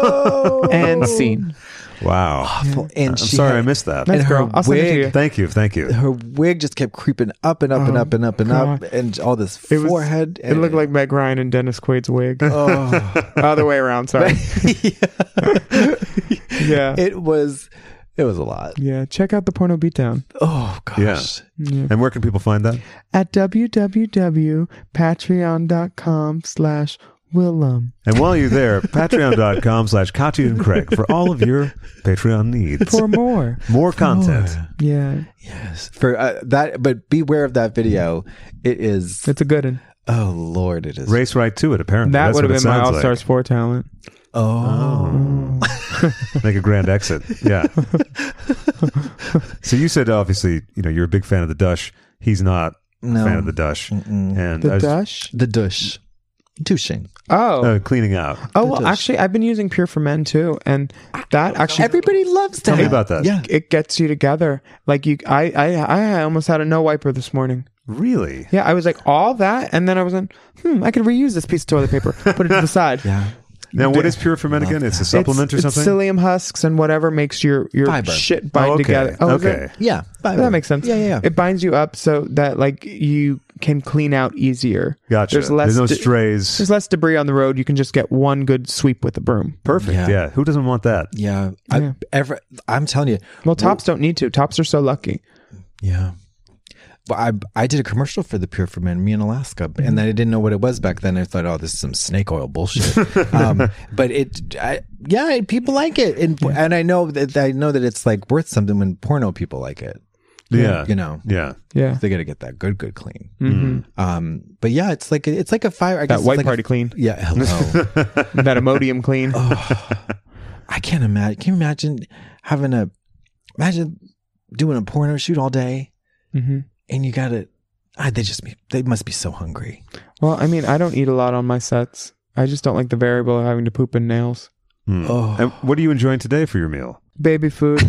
Oh.
and scene.
Wow.
awful. And
I'm
she
sorry
had-
I missed that.
Nice
and
girl.
her
I'll send Oh, it to
wig-
you.
Thank you. Thank you.
her wig just kept creeping up and up and up and up and
Oh, God.
up, and all this
It was-
forehead.
It looked like Meg Ryan and Dennis Quaid's wig.
oh,
Other way around. Sorry. yeah.
it was it was a lot.
yeah. Check out the porno beatdown
Oh gosh.
Yeah. And where can people find that?
at www.patreon.com slash Willem.
And while you're there, patreon.com slash Katya and Craig for all of your Patreon needs.
For more.
More content.
yeah.
Yes. For uh, that but beware of that video. It is
It's a good one.
oh lord, it is.
Race right to it, apparently.
That
That's
would have
what it
been my
sounds
all star
like.
sport talent.
Oh. Make a grand exit. Yeah. so you said, obviously, you know, you're a big fan of the Dush. He's not
No.
a fan of the Dush. And I
The
was,
Dush?
the douche. Douching.
Oh.
uh, cleaning out.
oh,
the
well,
Dush.
actually, I've been using Pure for Men too. And that actually.
Everybody loves
Tell me
that.
about that.
Yeah.
it gets you together. Like you, I, I, I almost had a no wiper this morning.
Really?
Yeah, I was like all that, and then I was like, hmm, I could reuse this piece of toilet paper, put it to the side.
Yeah.
Now, what is Pure for Men again? It's a supplement
it's,
or something?
It's psyllium husks and whatever makes your your
Fiber.
shit
Oh,
bind
okay.
together. is it?
okay.
Yeah.
That makes sense.
Yeah, yeah, yeah.
It binds you up so that like you can clean out easier.
Gotcha.
There's less
no
de-
strays.
There's less debris on the road. You can just get one good sweep with a broom.
Perfect.
Yeah.
Yeah. Who doesn't want that?
yeah. I, ever, I'm telling you.
Well, tops don't need to. Tops are so lucky.
Yeah. Well, I I did a commercial for the Pure for Men, me in Alaska, and
Mm-hmm.
then I didn't know what it was back then. I thought, oh, this is some snake oil bullshit. um, but it, I, yeah, it- people like it, and and I know that I know that it's like worth something when porno people like it.
Yeah.
You know,
Yeah.
Yeah.
they got to get that good, good clean. Um, but yeah, it's like it's like a fire. I
Mm-hmm. That
guess it's
white
like a-
party clean.
yeah, hello. Oh,
that Imodium clean.
I can't imagine. Can you imagine having a imagine doing a porno shoot all day,
Mhm.
and you got to ah, they just be, they must be so hungry.
Well, I mean, I don't eat a lot on my sets. I just don't like the variable of having to poop in nails.
Hmm.
Oh.
And what are you enjoying today for your meal?
Baby food.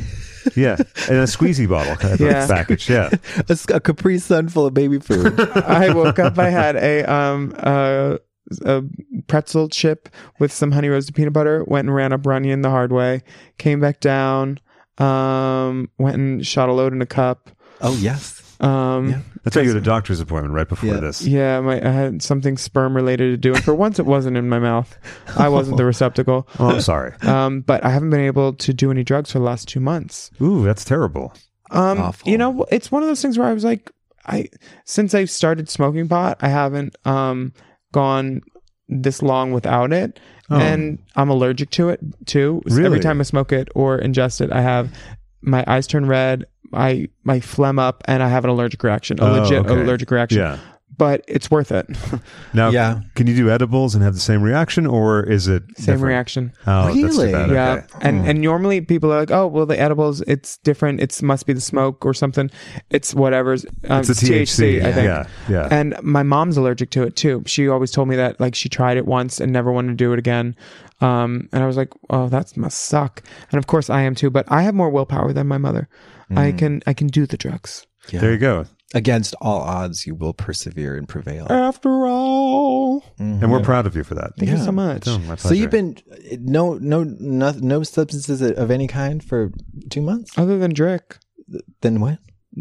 Yeah. And a squeezy bottle kind of
Yeah.
package. Yeah.
a, s- a Capri Sun full of baby food.
I woke up. I had a um uh, a pretzel chip with some honey roasted peanut butter. Went and ran up Runyon the hard way. Came back down. Um, went and shot a load in a cup.
oh yes,
Um, yeah.
Yeah.
That's why you had a doctor's appointment right before
Yeah.
this.
my, I had something sperm related to do, and for once it wasn't in my mouth. I wasn't the receptacle.
Oh, I'm sorry.
Um, but I haven't been able to do any drugs for the last two months.
Ooh, that's terrible.
Um,
Awful.
you know, it's one of those things where I was like, I since I started smoking pot, I haven't um gone this long without it, and I'm allergic to it too. So Every
Oh. Really?
time I smoke it or ingest it, I have my eyes turn red, I my phlegm up, and I have an allergic reaction, a
Oh,
legit
okay.
allergic reaction.
Yeah.
But it's worth it.
Now,
Yeah.
can you do edibles and have the same reaction, or is it
Same
different?
reaction.
Oh, that's too
Really?
bad.
Yeah,
Okay. Hmm.
and and normally people are like, oh, well, the edibles, it's different. It's must be the smoke or something. It's whatever's. Um,
It's a THC.
I think.
Yeah. Yeah.
And my mom's allergic to it too. She always told me that like she tried it once and never wanted to do it again. Um, and I was like, oh, that must suck. And of course I am too, but I have more willpower than my mother.
Mm.
I can I can do the drugs.
yeah.
there you go.
Against all odds, you will persevere and prevail.
After all,
And we're proud of you for that.
thank you so much.
Oh, my
so you've
pleasure.
been no no no, no substances of any kind for two months.
Other than Drick,
Then what?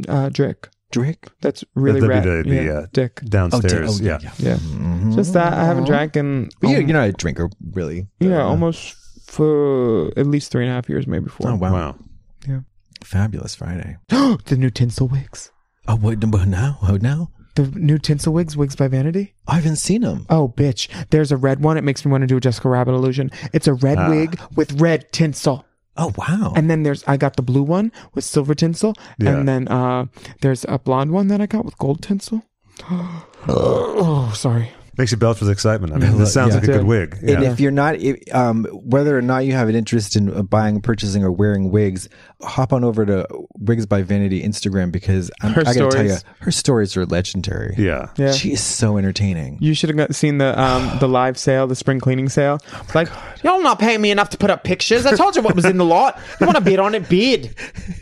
uh, Drick.
Drink?
That's really
That'd
rad.
be the- the,
yeah,
uh, Mm-hmm.
Dick.
downstairs.
oh, yeah, Oh.
yeah.
Yeah, just that I haven't drank in
But you,
al-
you're not a drinker, really. oh,
yeah almost for at least three and a half years, maybe four.
Oh wow.
Wow.
Fabulous Friday.
the new tinsel wigs.
Oh what? But now, oh now,
The new tinsel wigs, wigs by Vanity.
I haven't seen him.
Oh, bitch. There's a red one. It makes me want to do a Jessica Rabbit illusion. It's a red wig with red tinsel.
Oh wow.
And then there's, I got the blue one with silver tinsel.
Yeah.
And then uh, there's a blonde one that I got with gold tinsel. oh, sorry.
Makes you belch with excitement. I mean, this sounds
Yeah.
like a good wig.
And
Yeah.
if you're not, if, um, whether or not you have an interest in uh, buying, purchasing, or wearing wigs, hop on over to Wigs by Vanity Instagram because I'm,
Her
I got to tell you,
stories.
her stories are legendary.
Yeah.
Yeah.
She is so entertaining.
You should have got- seen the um, the live sale, the spring cleaning sale. It's like, y'all not paying me enough to put up pictures. I told you what was in the lot. You want to bid on it? Bid.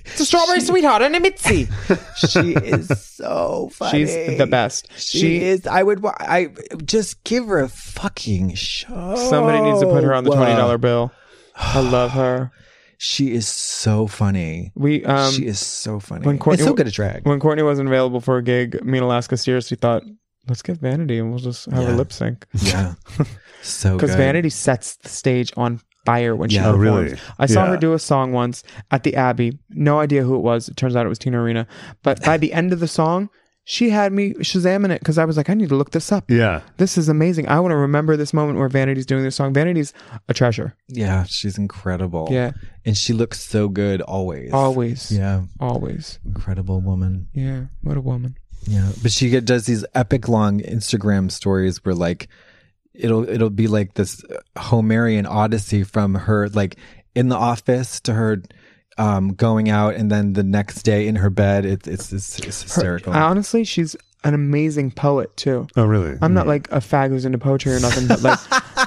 It's a strawberry sweetheart and a mitzi.
she is so funny.
She's the best.
She,
She-
is. I would. wa- I just give her a fucking show.
Somebody needs to put her on the
Uh,
$20 bill. I love her.
She is so funny.
We um,
she is so funny.
when Courtney-
it's so good at drag.
when Courtney wasn't available for a gig, me and Alaska seriously thought, let's get Vanity and we'll just have a
Yeah.
lip sync.
yeah, so
Because
good.
Vanity sets the stage on fire when she
Yeah.
Oh,
performs.
really?
I saw
Yeah.
her do a song once at the Abbey. No idea who it was. It turns out it was Tina Arena. But by the end of the song, she had me shazamming it because I was like, I need to look this up.
Yeah.
This is amazing. I want to remember this moment where Vanity's doing this song. Vanity's a treasure.
Yeah, she's incredible.
Yeah.
And she looks so good always.
Always.
Yeah,
Always.
incredible woman.
Yeah. What a woman.
Yeah, but she get- does these epic long Instagram stories where like it'll it'll be like this Homerian odyssey from her like in the office to her um going out and then the next day in her bed. It's it's it's, it's hysterical.
I, honestly, she's an amazing poet too.
Oh, really?
I'm not like a fag who's into poetry or nothing, but like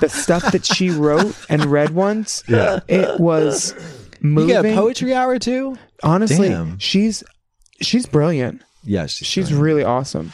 the stuff that she wrote and read once,
Yeah.
it was
you
moving.
get a poetry hour too?
Honestly,
Damn.
she's she's brilliant.
Yeah, she's
She's
brilliant.
really awesome.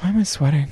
Why am I sweating?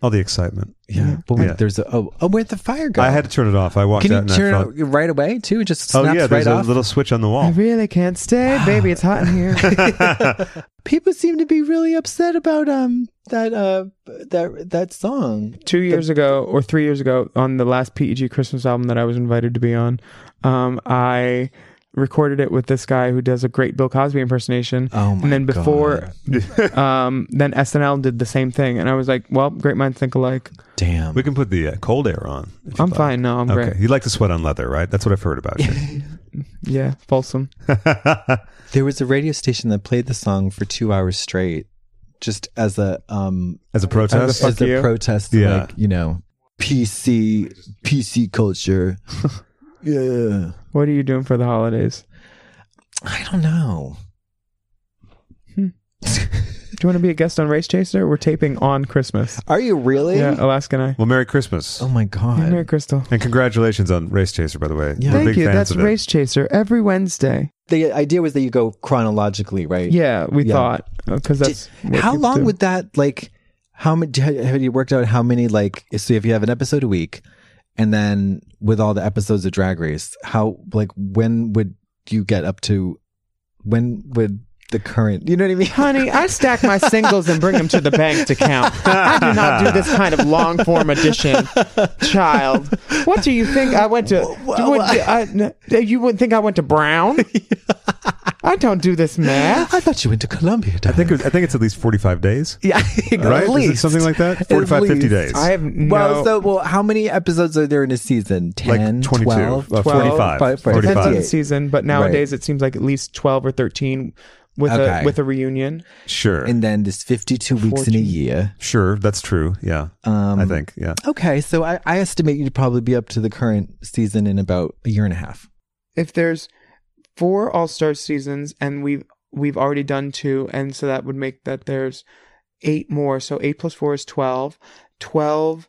All the excitement.
yeah. But wait,
Yeah.
there's a oh, oh where'd the fire go?
I had to turn it off. I walked
Can
out
you
and
turn
I thought,
it right away too? It just
oh
snaps
yeah,
right
there's
off.
a little switch on the
I
wall.
really can't stay, baby. It's hot in here.
People seem to be really upset about um that uh that that song.
Two years ago or three years ago, on the last PEG Christmas album that I was invited to be on, um, I recorded it with this guy who does a great Bill Cosby impersonation.
Oh my
and then before,
God.
um, then SNL did the same thing, and I was like, "Well, great minds think alike."
Damn.
We can put the uh, cold air on. if you'd
I'm
like.
fine. No,
Oh,
I'm
Okay,
great.
you like to sweat on leather, right? That's what I've heard about you.
Yeah, Folsom.
There was a radio station that played the song for two hours straight, just as a um
As a protest,
as a
you.
protest,
Yeah.
like you know, PC PC culture. yeah,
What are you doing for the holidays?
I don't know.
Do you want to be a guest on Race Chaser? We're taping on Christmas.
Are you really?
Yeah, Alaska and I.
well, Merry Christmas
Oh my god.
Hey, Merry Crystal.
and congratulations on Race Chaser, by the way.
Yeah.
We're
Thank
big
you.
fans
That's
of it.
Race Chaser every Wednesday.
the idea was that you go chronologically, right?
Yeah, we
Yeah.
thought because
Did-
that's what
how
people
long
do.
would that like? How many? Have you worked out how many? Like, so if you have an episode a week, and then with all the episodes of Drag Race, how like when would you get up to? When would the current? You know what I mean?
Honey, I stack my singles and bring them to the bank to count. I do not do this kind of long form addition, child. What do you think I went to? you, went to- I- n- you wouldn't think I went to Brown? I don't do this math.
I thought you went to Columbia.
I think it was, I think it's at least 45 days.
yeah,
Right? Is it something like that? 45, 50 days.
I have no.
Well, so well, how many episodes are there in a season? 10,
like 22,
12,
uh, 45,
Five- five-
depends on the
58.
season, but nowadays it seems like at least twelve or thirteen with
Okay.
a with a reunion.
Sure,
and then there's 52 weeks in a year.
sure, that's true. Yeah,
Um,
I think. Yeah,
Okay, so I, I estimate you'd probably be up to the current season in about a year and a half.
If there's four All Star seasons and we've we've already done two, and so that would make that there's eight more. So eight plus four is twelve. Twelve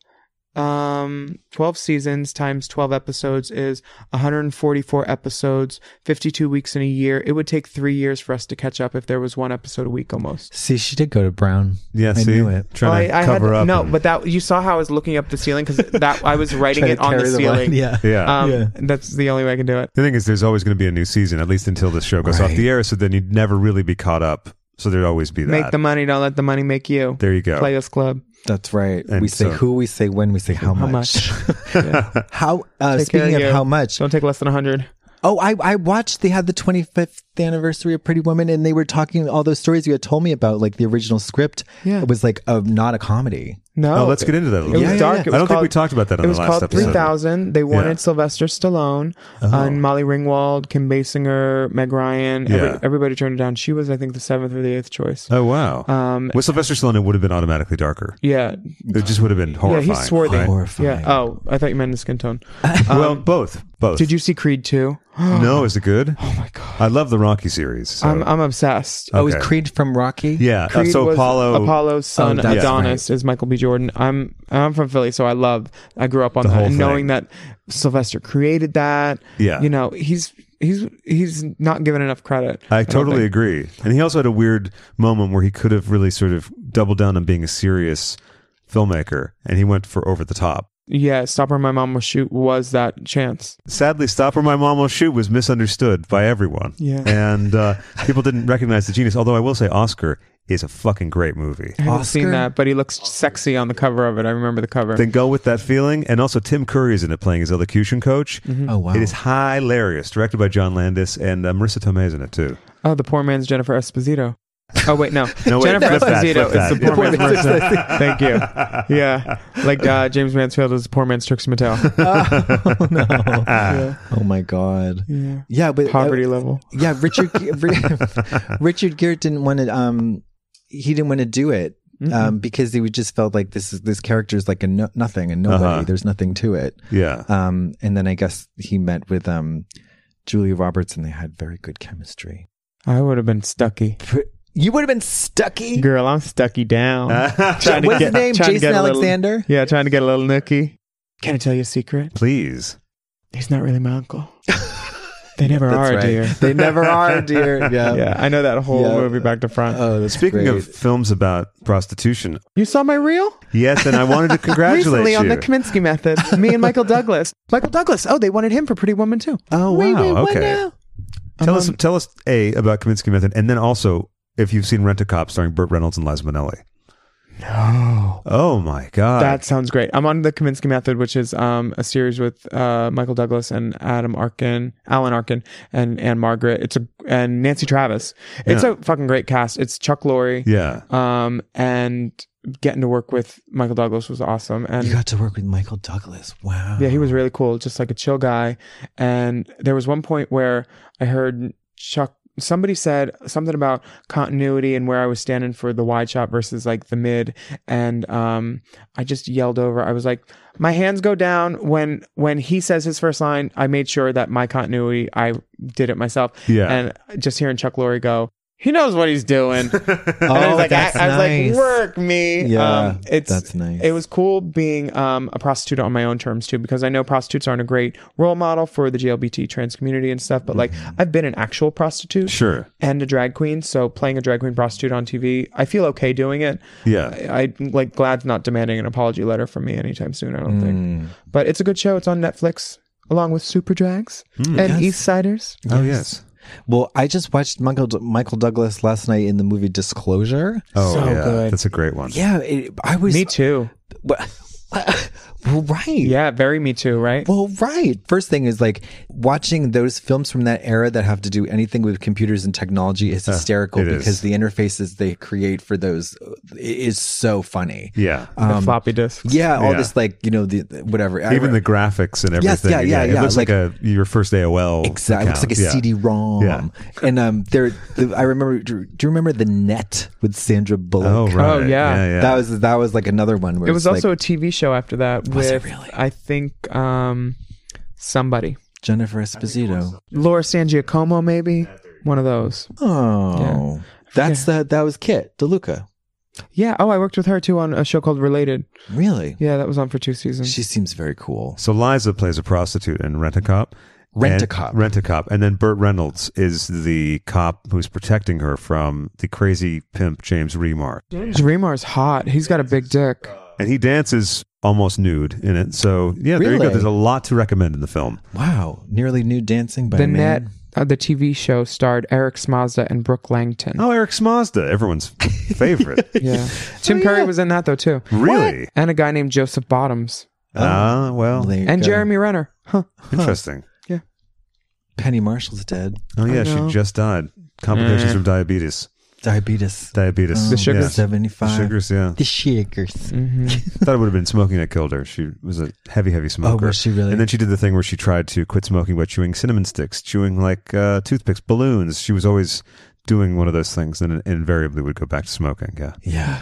um 12 seasons times 12 episodes is 144 episodes 52 weeks in a year it would take three years for us to catch up if there was one episode a week almost
See, she did go to Brown.
yeah.
I
see,
knew it.
trying
Well, Oh, I- I
to
had-
cover up.
No,
and-
but that you saw how I was looking up the ceiling because that I was writing
Try
it
to
on the
carry the
ceiling.
line, yeah.
yeah.
Um,
Yeah.
That's the only way I can do it.
the thing is, there's always going to be a new season, at least until the show goes off
Right.
the air. So then you'd never really be caught up. So there'd always be that.
Make the money, don't let the money make you.
There you go.
Play us club.
That's right.
And
we say
so-
who, we say when, we say how
How
much.
much?
How, uh,
Take care
speaking of
you.
how much,
Don't take less than hundred.
oh, I, I watched, they had the 25th anniversary of Pretty Woman, and they were talking all those stories you had told me about, like the original script.
Yeah.
It was like a, not a comedy.
No.
Oh, let's get into that a
It
little
was
bit.
yeah,
dark.
yeah.
It was
I don't think we
called-
talked about that on
It was
the last
called
episode.
Three Thousand. They wanted
Yeah. Uh-huh.
Sylvester Stallone uh, and Molly Ringwald, Kim Basinger, Meg Ryan.
Yeah.
Every, everybody turned it down. She was, I think, the seventh or the eighth choice.
Oh wow!
Um,
With Sylvester Stallone, it would have been automatically darker.
yeah,
It just would have been horrifying.
yeah. He swore they.
right?
Horrifying.
Yeah. Oh, I thought you meant the skin tone.
well, both, Both.
Did you see Creed 2?
No, is it good?
Oh my god.
I love the Rocky series. so-
I'm I'm obsessed.
Oh, is
Okay.
Creed from Rocky?
yeah. uh,
Creed
so
was
Apollo,
Apollo's son
Oh, that's
Adonis is Michael B. Jordan. I'm I'm from Philly, so I love. I grew up on
The
that,
whole
and knowing
thing.
that Sylvester created that.
Yeah.
you know he's he's he's not given enough credit.
I
don't
totally
think.
agree. And he also had a weird moment where he could have really sort of doubled down on being a serious filmmaker, and he went for over the top.
Yeah, stop where my mom will shoot was that chance.
Sadly, "Stop or My Mom Will Shoot" was misunderstood by everyone,
Yeah.
and uh, people didn't recognize the genius. Although I will say, Oscar is a fucking great movie.
I haven't seen
Oscar?
that, but he looks sexy on the cover of it. I remember the cover.
Then go with that feeling, and also Tim Curry is in it playing his elocution coach.
Mm-hmm.
Oh wow.
It is hilarious, directed by John Landis, and uh, Marissa Tomei is in it too.
oh, the poor man's Jennifer Esposito. Oh wait, no,
No, wait,
Jennifer
flip that, flip
Esposito
that.
is the
Yeah.
poor man's. Thank you. Yeah, like uh, James Mansfield is the poor man's Trixie Mattel.
oh no. Oh my god.
Yeah.
Yeah, but
Poverty level.
Yeah, Richard Ge- Ri- Richard Gere didn't want to. Um, he didn't want to do it
Mm-hmm.
um, because he would just felt like this is this character is like a no, nothing and nobody.
Uh-huh.
There's nothing to it.
Yeah.
Um, and then I guess he met with um, Julia Roberts and they had very good chemistry.
I would have been stucky.
You would have been Stucky.
Girl, I'm stucky down. Trying to
What's his name?
trying to
Jason
get a little-
Alexander?
yeah, trying to get a little nookie. Can I tell you a secret?
Please.
He's not really my uncle. They never are, dear.
They never are, dear. Yeah.
Yeah, I know that whole
Yeah.
movie back to front.
Uh,
Oh, that's
Speaking
great.
of films about prostitution,
you saw my reel?
yes, and I wanted to congratulate
Recently
you.
on the Kaminsky Method, me and Michael Douglas. Michael Douglas. Oh, they wanted him for Pretty Woman too.
oh wow, okay. Tell us,
Um,
tell us a about Kaminsky Method, and then also if you've seen Rent a Cop starring Burt Reynolds and Liza Minnelli.
No.
Oh my god,
That sounds great. I'm on the Kaminsky Method, which is um, a series with uh, Michael Douglas and Adam Arkin, Alan Arkin, and Anne Margaret. It's a and Nancy Travis. It's
Yeah.
a fucking great cast. It's Chuck Lorre.
yeah.
Um, and getting to work with Michael Douglas was awesome. And
you got to work with Michael Douglas. Wow.
yeah, he was really cool, just like a chill guy. And there was one point where I heard Chuck. Somebody said something about continuity and where I was standing for the wide shot versus like the mid, and um, I just yelled over. I was like, "My hands go down when when he says his first line." I made sure that my continuity, I did it myself.
Yeah.
and just hearing Chuck Lorre go, he knows what he's doing.
Oh,
And I was like,
that's
I, I was
nice.
like, work me.
Yeah,
um, it's
that's nice.
It was cool being um, a prostitute on my own terms too, because I know prostitutes aren't a great role model for the GLBT trans community and stuff. But like,
Mm-hmm.
I've been an actual prostitute
Sure.
and a drag queen, so playing a drag queen prostitute on TV, I feel okay doing it.
Yeah.
I, I like Glad's not demanding an apology letter from me anytime soon. I don't
Mm.
think. But it's a good show. It's on Netflix. Along with Super Drags and
Mm, Yes.
Eastsiders.
Oh yes.
Well, I just watched Michael Michael Douglas last night in the movie Disclosure.
Oh
So
yeah.
good.
That's a great one.
Yeah, it, I was.
Me too.
Well, right.
Yeah, very me too, right?
Well, right. First thing is like watching those films from that era that have to do anything with computers and technology is hysterical
Uh, it is.
because the interfaces they create for those i- is so funny.
Yeah.
The floppy discs.
um, Yeah, all
Yeah.
this like you know the the- whatever. Uh, I
Even
re-
the graphics and
Yes,
everything.
yeah, yeah,
It
yeah,
looks like,
like-
a your first AOL.
Exactly. It
account.
looks like a
Yeah.
CD-ROM.
Yeah.
And um, there, the, I remember. Do you remember the Net with Sandra Bullock?
Oh right.
Oh, yeah.
yeah,
That was that was like another one where
It was
it's,
also
like
a TV show after that with
Was it really?
I think um somebody
Jennifer Esposito.
Laura San Giacomo maybe one of those.
Oh, that's the that was Kit DeLuca.
Yeah. Oh, I worked with her too on a show called Related.
Really,
Yeah, that was on for two seasons.
she seems very cool.
So Liza plays a prostitute in Rent a Cop.
Rent a Cop.
Rent a Cop. And then Burt Reynolds is the cop who's protecting her from the crazy pimp James Remar.
James Remar's hot. He's got a big dick.
And he dances almost nude in it. So, yeah, there you go.
Really?
There's a lot to recommend in the film.
Wow, nearly nude dancing by
The
a
net.
man.
Uh, the TV show starred Eric Smazda and Brooke Langton.
Oh, Eric Smazda, everyone's favorite.
Yeah.
Oh,
Tim Curry was in that though too.
really?
And a guy named Joseph Bottoms.
Oh.
Ah, well,
There you
And
go.
Jeremy Renner. Huh.
interesting.
Penny Marshall's dead.
Oh, yeah,
know.
she just died. Complications from diabetes.
Diabetes.
Diabetes.
Oh. The
sugars.
Yeah.
Seventy-five.
The sugars, yeah.
The sugars.
Mm-hmm.
Thought it would have been smoking that killed her. She was a heavy, heavy smoker.
was she really?
And then she did the thing where she tried to quit smoking by chewing cinnamon sticks, chewing like uh, toothpicks, balloons. She was always doing one of those things, and invariably would go back to smoking. Yeah,
Yeah.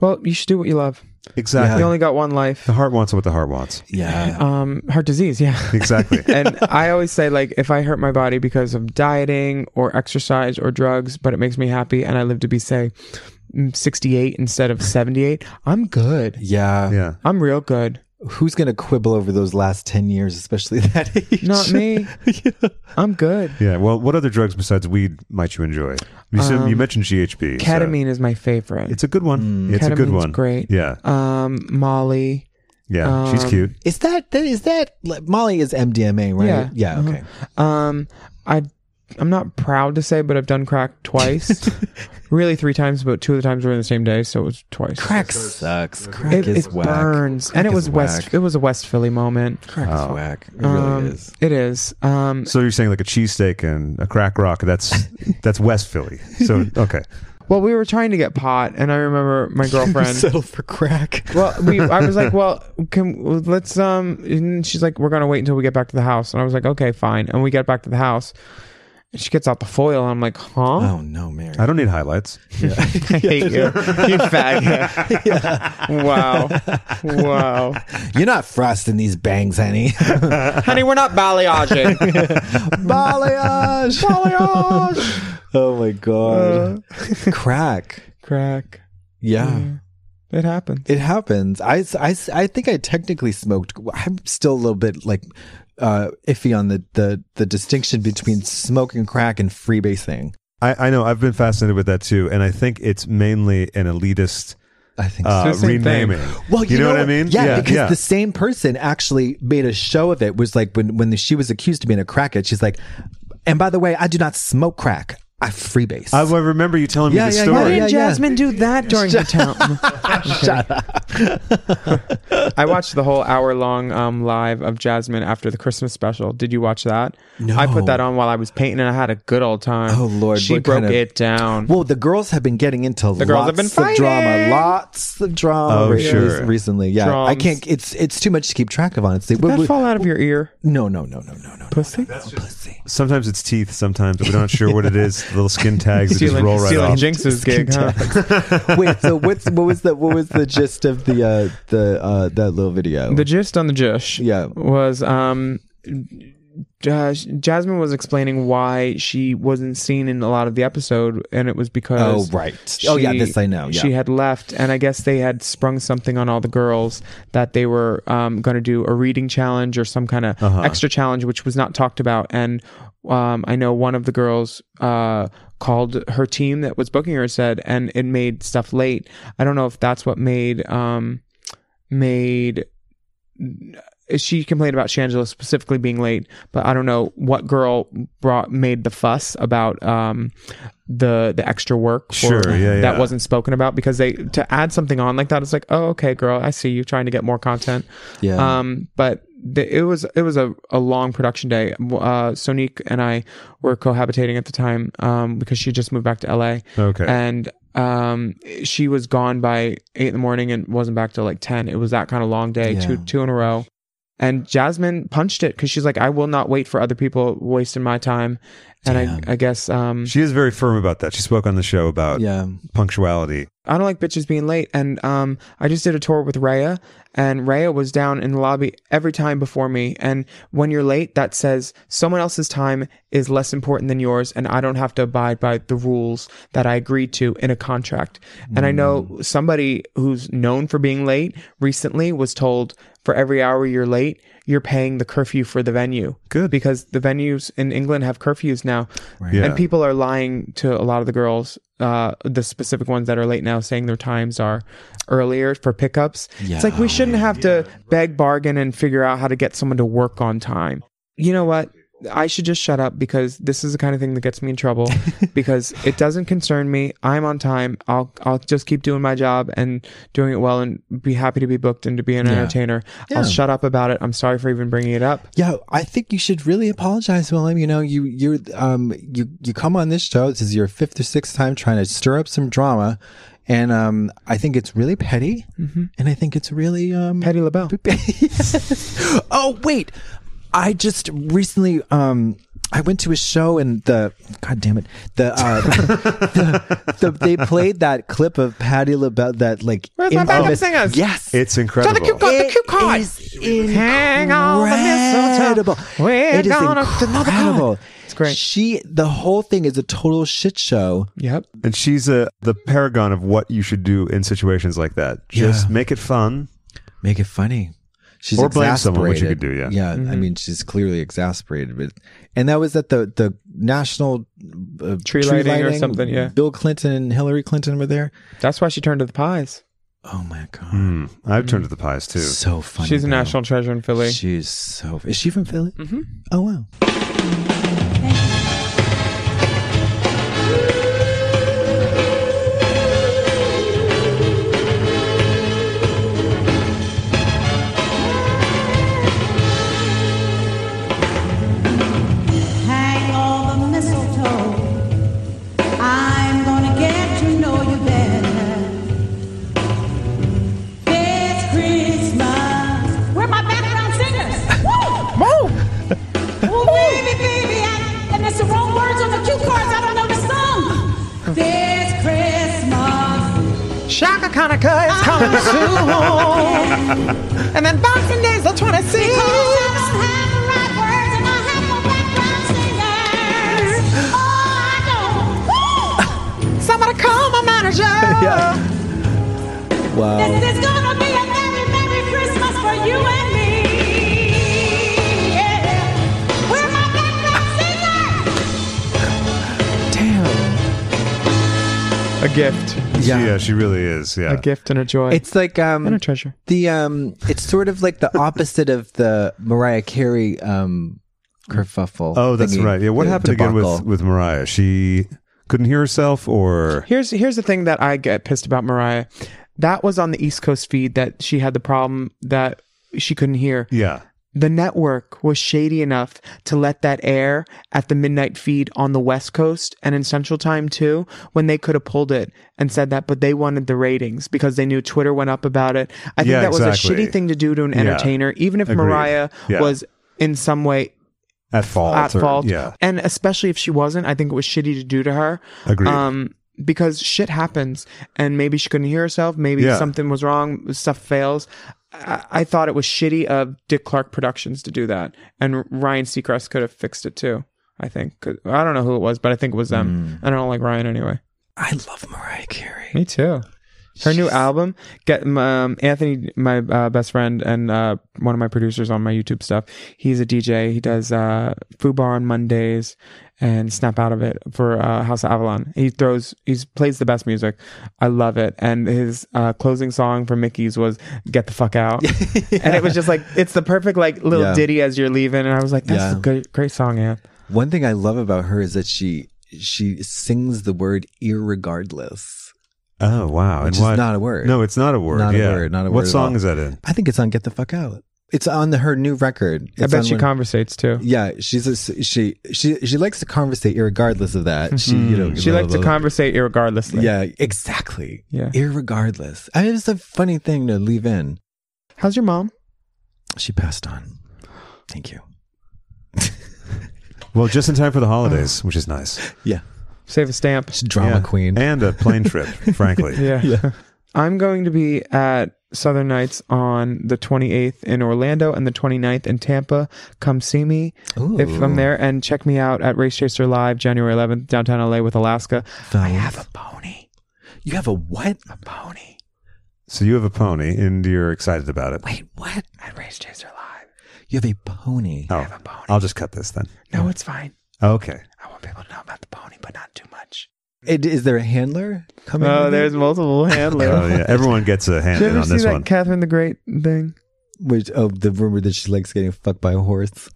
Well, you should do what you love.
Exactly.
You only got one life.
the heart wants what the heart wants.
Yeah.
Um, heart disease. Yeah.
Exactly.
and I always say like if I hurt my body because of dieting or exercise or drugs, but it makes me happy and I live to be say 68 instead of 78, I'm good.
yeah.
yeah.
I'm real good.
Who's going to quibble over those last 10 years, especially that age?
Not me. I'm good.
Yeah. Well, what other drugs besides weed might you enjoy? You, said, you mentioned GHB.
uh,
so-
Ketamine is my favorite.
It's a good one. it's a good
Ketamine's
one.
great.
Yeah.
um Molly.
Yeah. She's cute.
Is that, that is that like, Molly is MDMA, right?
Yeah. Uh-huh.
okay.
Um I I'm not proud to say, but I've done crack twice. really three times, but two of the times were in the same day, so it was twice.
Crack sucks. Crack
it,
is
it
whack.
burns.
Crack
and it
is
was West
whack.
it was a West Philly moment.
Crack is whack. Oh, It
Um,
really is.
It is. Um,
So you're saying like a cheesesteak and a crack rock? That's that's West Philly. So okay.
well, we were trying to get pot, and I remember my girlfriend.
Settle for crack.
well, we, I was like, well, can let's um. And she's like, we're gonna wait until we get back to the house, and I was like, okay, fine. And we get back to the house, and she gets out the foil, and I'm like, huh?
Oh no, Mary.
I don't need highlights.
I hate you, you faggot. Wow, wow,
You're not frosting these bangs, honey.
honey, we're not balayaging.
Balayage.
Balayage, Uh.
Oh my god. crack.
crack.
Yeah.
It happens.
It happens. I, I, I think I technically smoked. I'm still a little bit like uh, iffy on the, the, the distinction between smoking crack and freebasing.
I, I know. I've been fascinated with that too, and I think it's mainly an elitist
I think so.
uh,
It's the same thing.
renaming.
Well, you,
know, what I mean?
Yeah, because the same person actually made a show of it. Was like when when she was accused of being a crackhead, she's like, and by the way, I do not smoke crack. I freebase.
I, I remember you telling
Yeah,
me the
yeah,
story.
Why
yeah,
did
yeah.
not Jasmine do that during the town? Shut up. I watched the whole hour long um, live of Jasmine after the Christmas special. Did you watch that?
No.
I put that on while I was painting and I had a good old time.
Oh, Lord,
She
what
broke
kind of-
it down.
Well, the girls have been getting into
The
lots
girls have been
of drama,
fighting.
lots of drama
Oh,
re-
sure.
re- recently. Yeah,
Drums.
I can't. It's it's too much to keep track of. Honestly,
Did
We-
that
we-
fall out of your ear?
no, no, no, no, no, no,
Pussy?
no, pussy.
Sometimes it's teeth. Sometimes we're not sure what it is. Little skin tags that just
Stealing,
roll right
stealing
off.
Jinx's gig, huh?
Wait, so what's what was the what was the gist of the uh the uh that little video?
The gist on the jush
Yeah.
was um Ja- Jasmine was explaining why she wasn't seen in a lot of the episode and it was because
Oh, right. Oh, yeah, this I know, yeah.
She had left and I guess they had sprung something on all the girls that they were um, going to do a reading challenge or some kind of
Uh-huh.
extra challenge which was not talked about and um, I know one of the girls uh, called her team that was booking her said and it made stuff late. I don't know if that's what made um, made she complained about Shangela specifically being late, but I don't know what girl brought made the fuss about um the the extra work for,
Sure, yeah,
that
yeah.
wasn't spoken about because they to add something on like that it's like oh okay girl I see you trying to get more content
Yeah.
um but the, it was it was a, a long production day uh Sonique and I were cohabitating at the time um because she just moved back to LA
Okay.
and um she was gone by eight in the morning and wasn't back till like 10 it was that kind of long day
Yeah.
two two in a row and jasmine punched it because she's like i will not wait for other people wasting my time and
Damn.
I, I guess um
She is very firm about that. She spoke on the show about
yeah.
punctuality.
i don't like bitches being late and um i just did a tour with raya and raya was down in the lobby every time before me and when you're late that says someone else's time is less important than yours and i don't have to abide by the rules that i agreed to in a contract and i know somebody who's known for being late recently was told for every hour you're late you're paying the curfew for the venue
Good.
because the venues in england have curfews now
Yeah.
and people are lying to a lot of the girls, uh, the specific ones that are late now, saying their times are earlier for pickups.
Yeah.
It's like we shouldn't have to beg, bargain, and figure out how to get someone to work on time. You know what? I should just shut up because this is the kind of thing that gets me in trouble because it doesn't concern me. I'm on time. I'll I'll just keep doing my job and doing it well and be happy to be booked and to be an entertainer.
Yeah.
I'll shut up about it. I'm sorry for even bringing it up.
Yeah, I think you should really apologize, Willem. You know, you you're um you you come on this show. This is your fifth or sixth time trying to stir up some drama, and um I think it's really petty, and I think it's really um
Mm-hmm. Petty LaBelle.
oh wait, I just recently um I went to a show and the God damn it the, uh, the, the they played that clip of Patti LaBelle that like
Where's my backup
infamous-
singers?
Yes,
It's incredible.
the cue card, the
It
cue card.
is
Hang on the
incredible.
mistletoe. We're
It is
gonna another card.
incredible.
It's great.
She the whole thing is a total shit show.
Yep.
And she's a, the paragon of what you should do in situations like that. Just
Yeah.
make it fun.
Make it funny. She's
Or blame
exasperated.
someone, which you could do, yeah.
Yeah,
Mm-hmm.
I mean, she's clearly exasperated, but and that was at the the national uh,
Tree lighting or something, yeah.
Bill Clinton and Hillary Clinton were there.
That's why she turned to the pies.
Oh my god,
Hmm. I've turned to the pies too.
so funny.
She's a
though.
national treasure in Philly.
She's so. Is she from Philly? Mm-hmm. Oh wow.
hang on the mistletoe. I'm gonna get to know you better. This Christmas. Where are my background singers? Woo! Woo! Well, baby, baby, I, and it's the wrong words on the cue cards. I don't know the song. This Christmas.
Shaka Kanaka is coming soon. and then Boxing Day's the 26th.
Because I don't have the right words and I have no background singers. Oh, I don't. Woo!
Somebody call my manager.
Wow.
This is gonna be a merry, merry Christmas for you and me. Yeah. We're my background singer.
Damn.
A gift.
yeah.
Yeah.
she really is. Yeah.
A gift and a joy.
It's like um.
and a treasure.
the um it's sort of like the opposite of the Mariah Carey um kerfuffle.
Oh, that's
thingy,
right. Yeah. What
the
happened again with,
debacle.
with Mariah? She couldn't hear herself or.
Here's here's the thing that I get pissed about Mariah. That was on the East Coast feed that she had the problem that she couldn't hear.
Yeah.
The network was shady enough to let that air at the midnight feed on the West Coast and in Central Time too, when they could have pulled it and said that, but they wanted the ratings because they knew Twitter went up about it. I think
Yeah,
that was
exactly.
a shitty thing to do to an entertainer, even if
Agreed.
Mariah
Yeah.
was in some way
At fault.
at
or-
fault.
Yeah.
And especially if she wasn't, I think it was shitty to do to her.
Agreed.
Um, because shit happens and maybe she couldn't hear herself. Maybe
Yeah.
something was wrong. Stuff fails. I-, I thought it was shitty of Dick Clark Productions to do that. And Ryan Seacrest could have fixed it too. I think. 'Cause- I don't know who it was, but I think it was them.
Hmm.
I don't like Ryan anyway.
I love Mariah Carey.
Me too. Her new album, get um, Anthony, my uh, best friend and uh, one of my producers on my YouTube stuff. He's a DJ. He does uh, Foo Bar on Mondays and Snap Out of It for uh, House of Avalon. He throws, he plays the best music. I love it. And his uh, closing song for Mickey's was "Get the Fuck Out," and it was just like it's the perfect like little
Yeah.
ditty as you're leaving. And I was like, that's
Yeah.
a good, great song, Anth.
One thing I love about her is that she she sings the word irregardless.
Oh, wow.
Which
and
is
why,
not a word.
No, it's not a word.
Not a
yeah.
word, not a word
What
at
song
all.
is that in?
I think it's on Get the Fuck Out. It's on the, her new record. It's
I
on
bet she
one-
conversates too.
Yeah, she's a, she she she likes to conversate irregardless of that. She
Hmm.
you know
She
blah,
likes to
blah, blah.
conversate irregardlessly.
Yeah, exactly.
Yeah.
Irregardless. I mean, it's a funny thing to leave in.
How's your mom?
She passed on. Thank you.
Well, just in time for the holidays, which is nice.
Yeah.
Save a stamp.
She's a drama
Yeah.
queen.
And a plane trip, frankly.
Yeah. I'm going to be at Southern Nights on the 28th in Orlando and the 29th in Tampa. Come see me if I'm there and check me out at Race Chaser Live January 11th, downtown LA with Alaska. I have a pony.
you have a what? A
Pony.
So you have a pony and you're excited about it.
Wait, what?
At Race Chaser Live.
You have a pony.
oh, I'll just cut this then.
No, it's fine.
Okay.
I want people to know about the pony, but not too much.
It- Is there a handler coming?
Oh,
with
there's
you?
multiple handlers.
Oh, yeah. Everyone gets a hand
Did you
in
ever
on
see
this
that
one.
Catherine the Great thing?
Which, oh, the rumor that she likes getting fucked by a horse.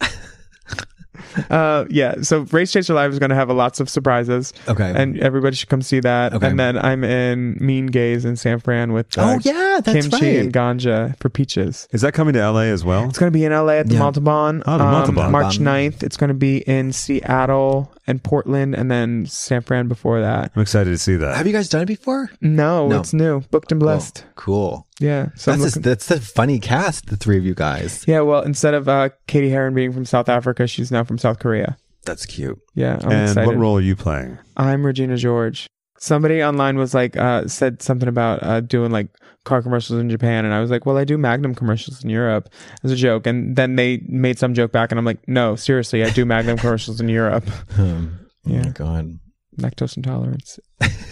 Uh, yeah. So Race Chaser Live is going to have a lots of surprises.
Okay.
And everybody should come see that.
Okay.
And then I'm in Mean Gaze in San Fran with uh,
Oh, yeah, that's
kimchi
right.
and ganja for peaches.
Is that coming to LA as well?
It's going to be in LA at the
Yeah.
Montalban, um,
Oh, the Montalban.
March 9th. It's going to be in Seattle and Portland and then San Fran before that.
I'm excited to see that.
have you guys done it before?
No,
No.
it's new. Booked and blessed.
Oh, cool.
Yeah. So I'm
that's,
looking-
a, that's a funny cast, the three of you guys.
yeah, well, instead of uh, Katie Heron being from South Africa, she's now from South Korea.
That's cute.
Yeah, I'm
and
excited.
what role are you playing?
I'm Regina George. Somebody online was like, uh, said something about uh, doing like car commercials in Japan, and I was like, well, I do Magnum commercials in Europe as a joke, and then they made some joke back, and I'm like, no, seriously, I do Magnum commercials in Europe.
Um, Oh
Yeah.
my god.
Lactose intolerance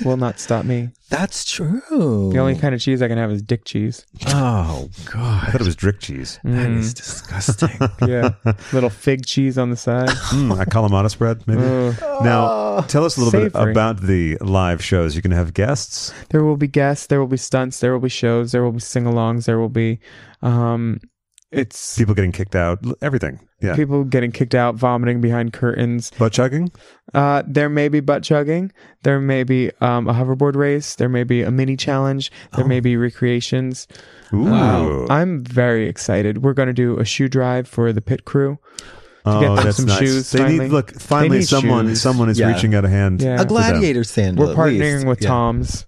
will not stop me.
That's true.
The only kind of cheese I can have is dick cheese.
Oh
I
god.
thought it was Drick Cheese.
That is
Mm.
disgusting.
Mm. Yeah, little fig cheese on the side.
Mm, a Kalamata spread, maybe.
Ugh.
Now, tell us a little bit
Oh, Savory.
about the live shows. You can have guests.
there will be guests, there will be stunts, there will be shows, there will be sing-alongs, there will be, um, it's
people getting kicked out, l- everything. Yeah.
people getting kicked out, vomiting behind curtains.
butt chugging.
Uh, there may be butt chugging. There may be um, a hoverboard race. There may be a mini challenge. There may be recreations.
Ooh.
Um, I'm very excited. We're going to do a shoe drive for the pit crew.
oh,
get them
that's
some
nice.
shoes,
They
finally.
need look.
They
Finally,
need
someone
shoes.
someone is
Yeah.
reaching out a hand.
Yeah.
to
A
them.
gladiator sandal.
We're
at
partnering
least.
with
Yeah.
Tom's.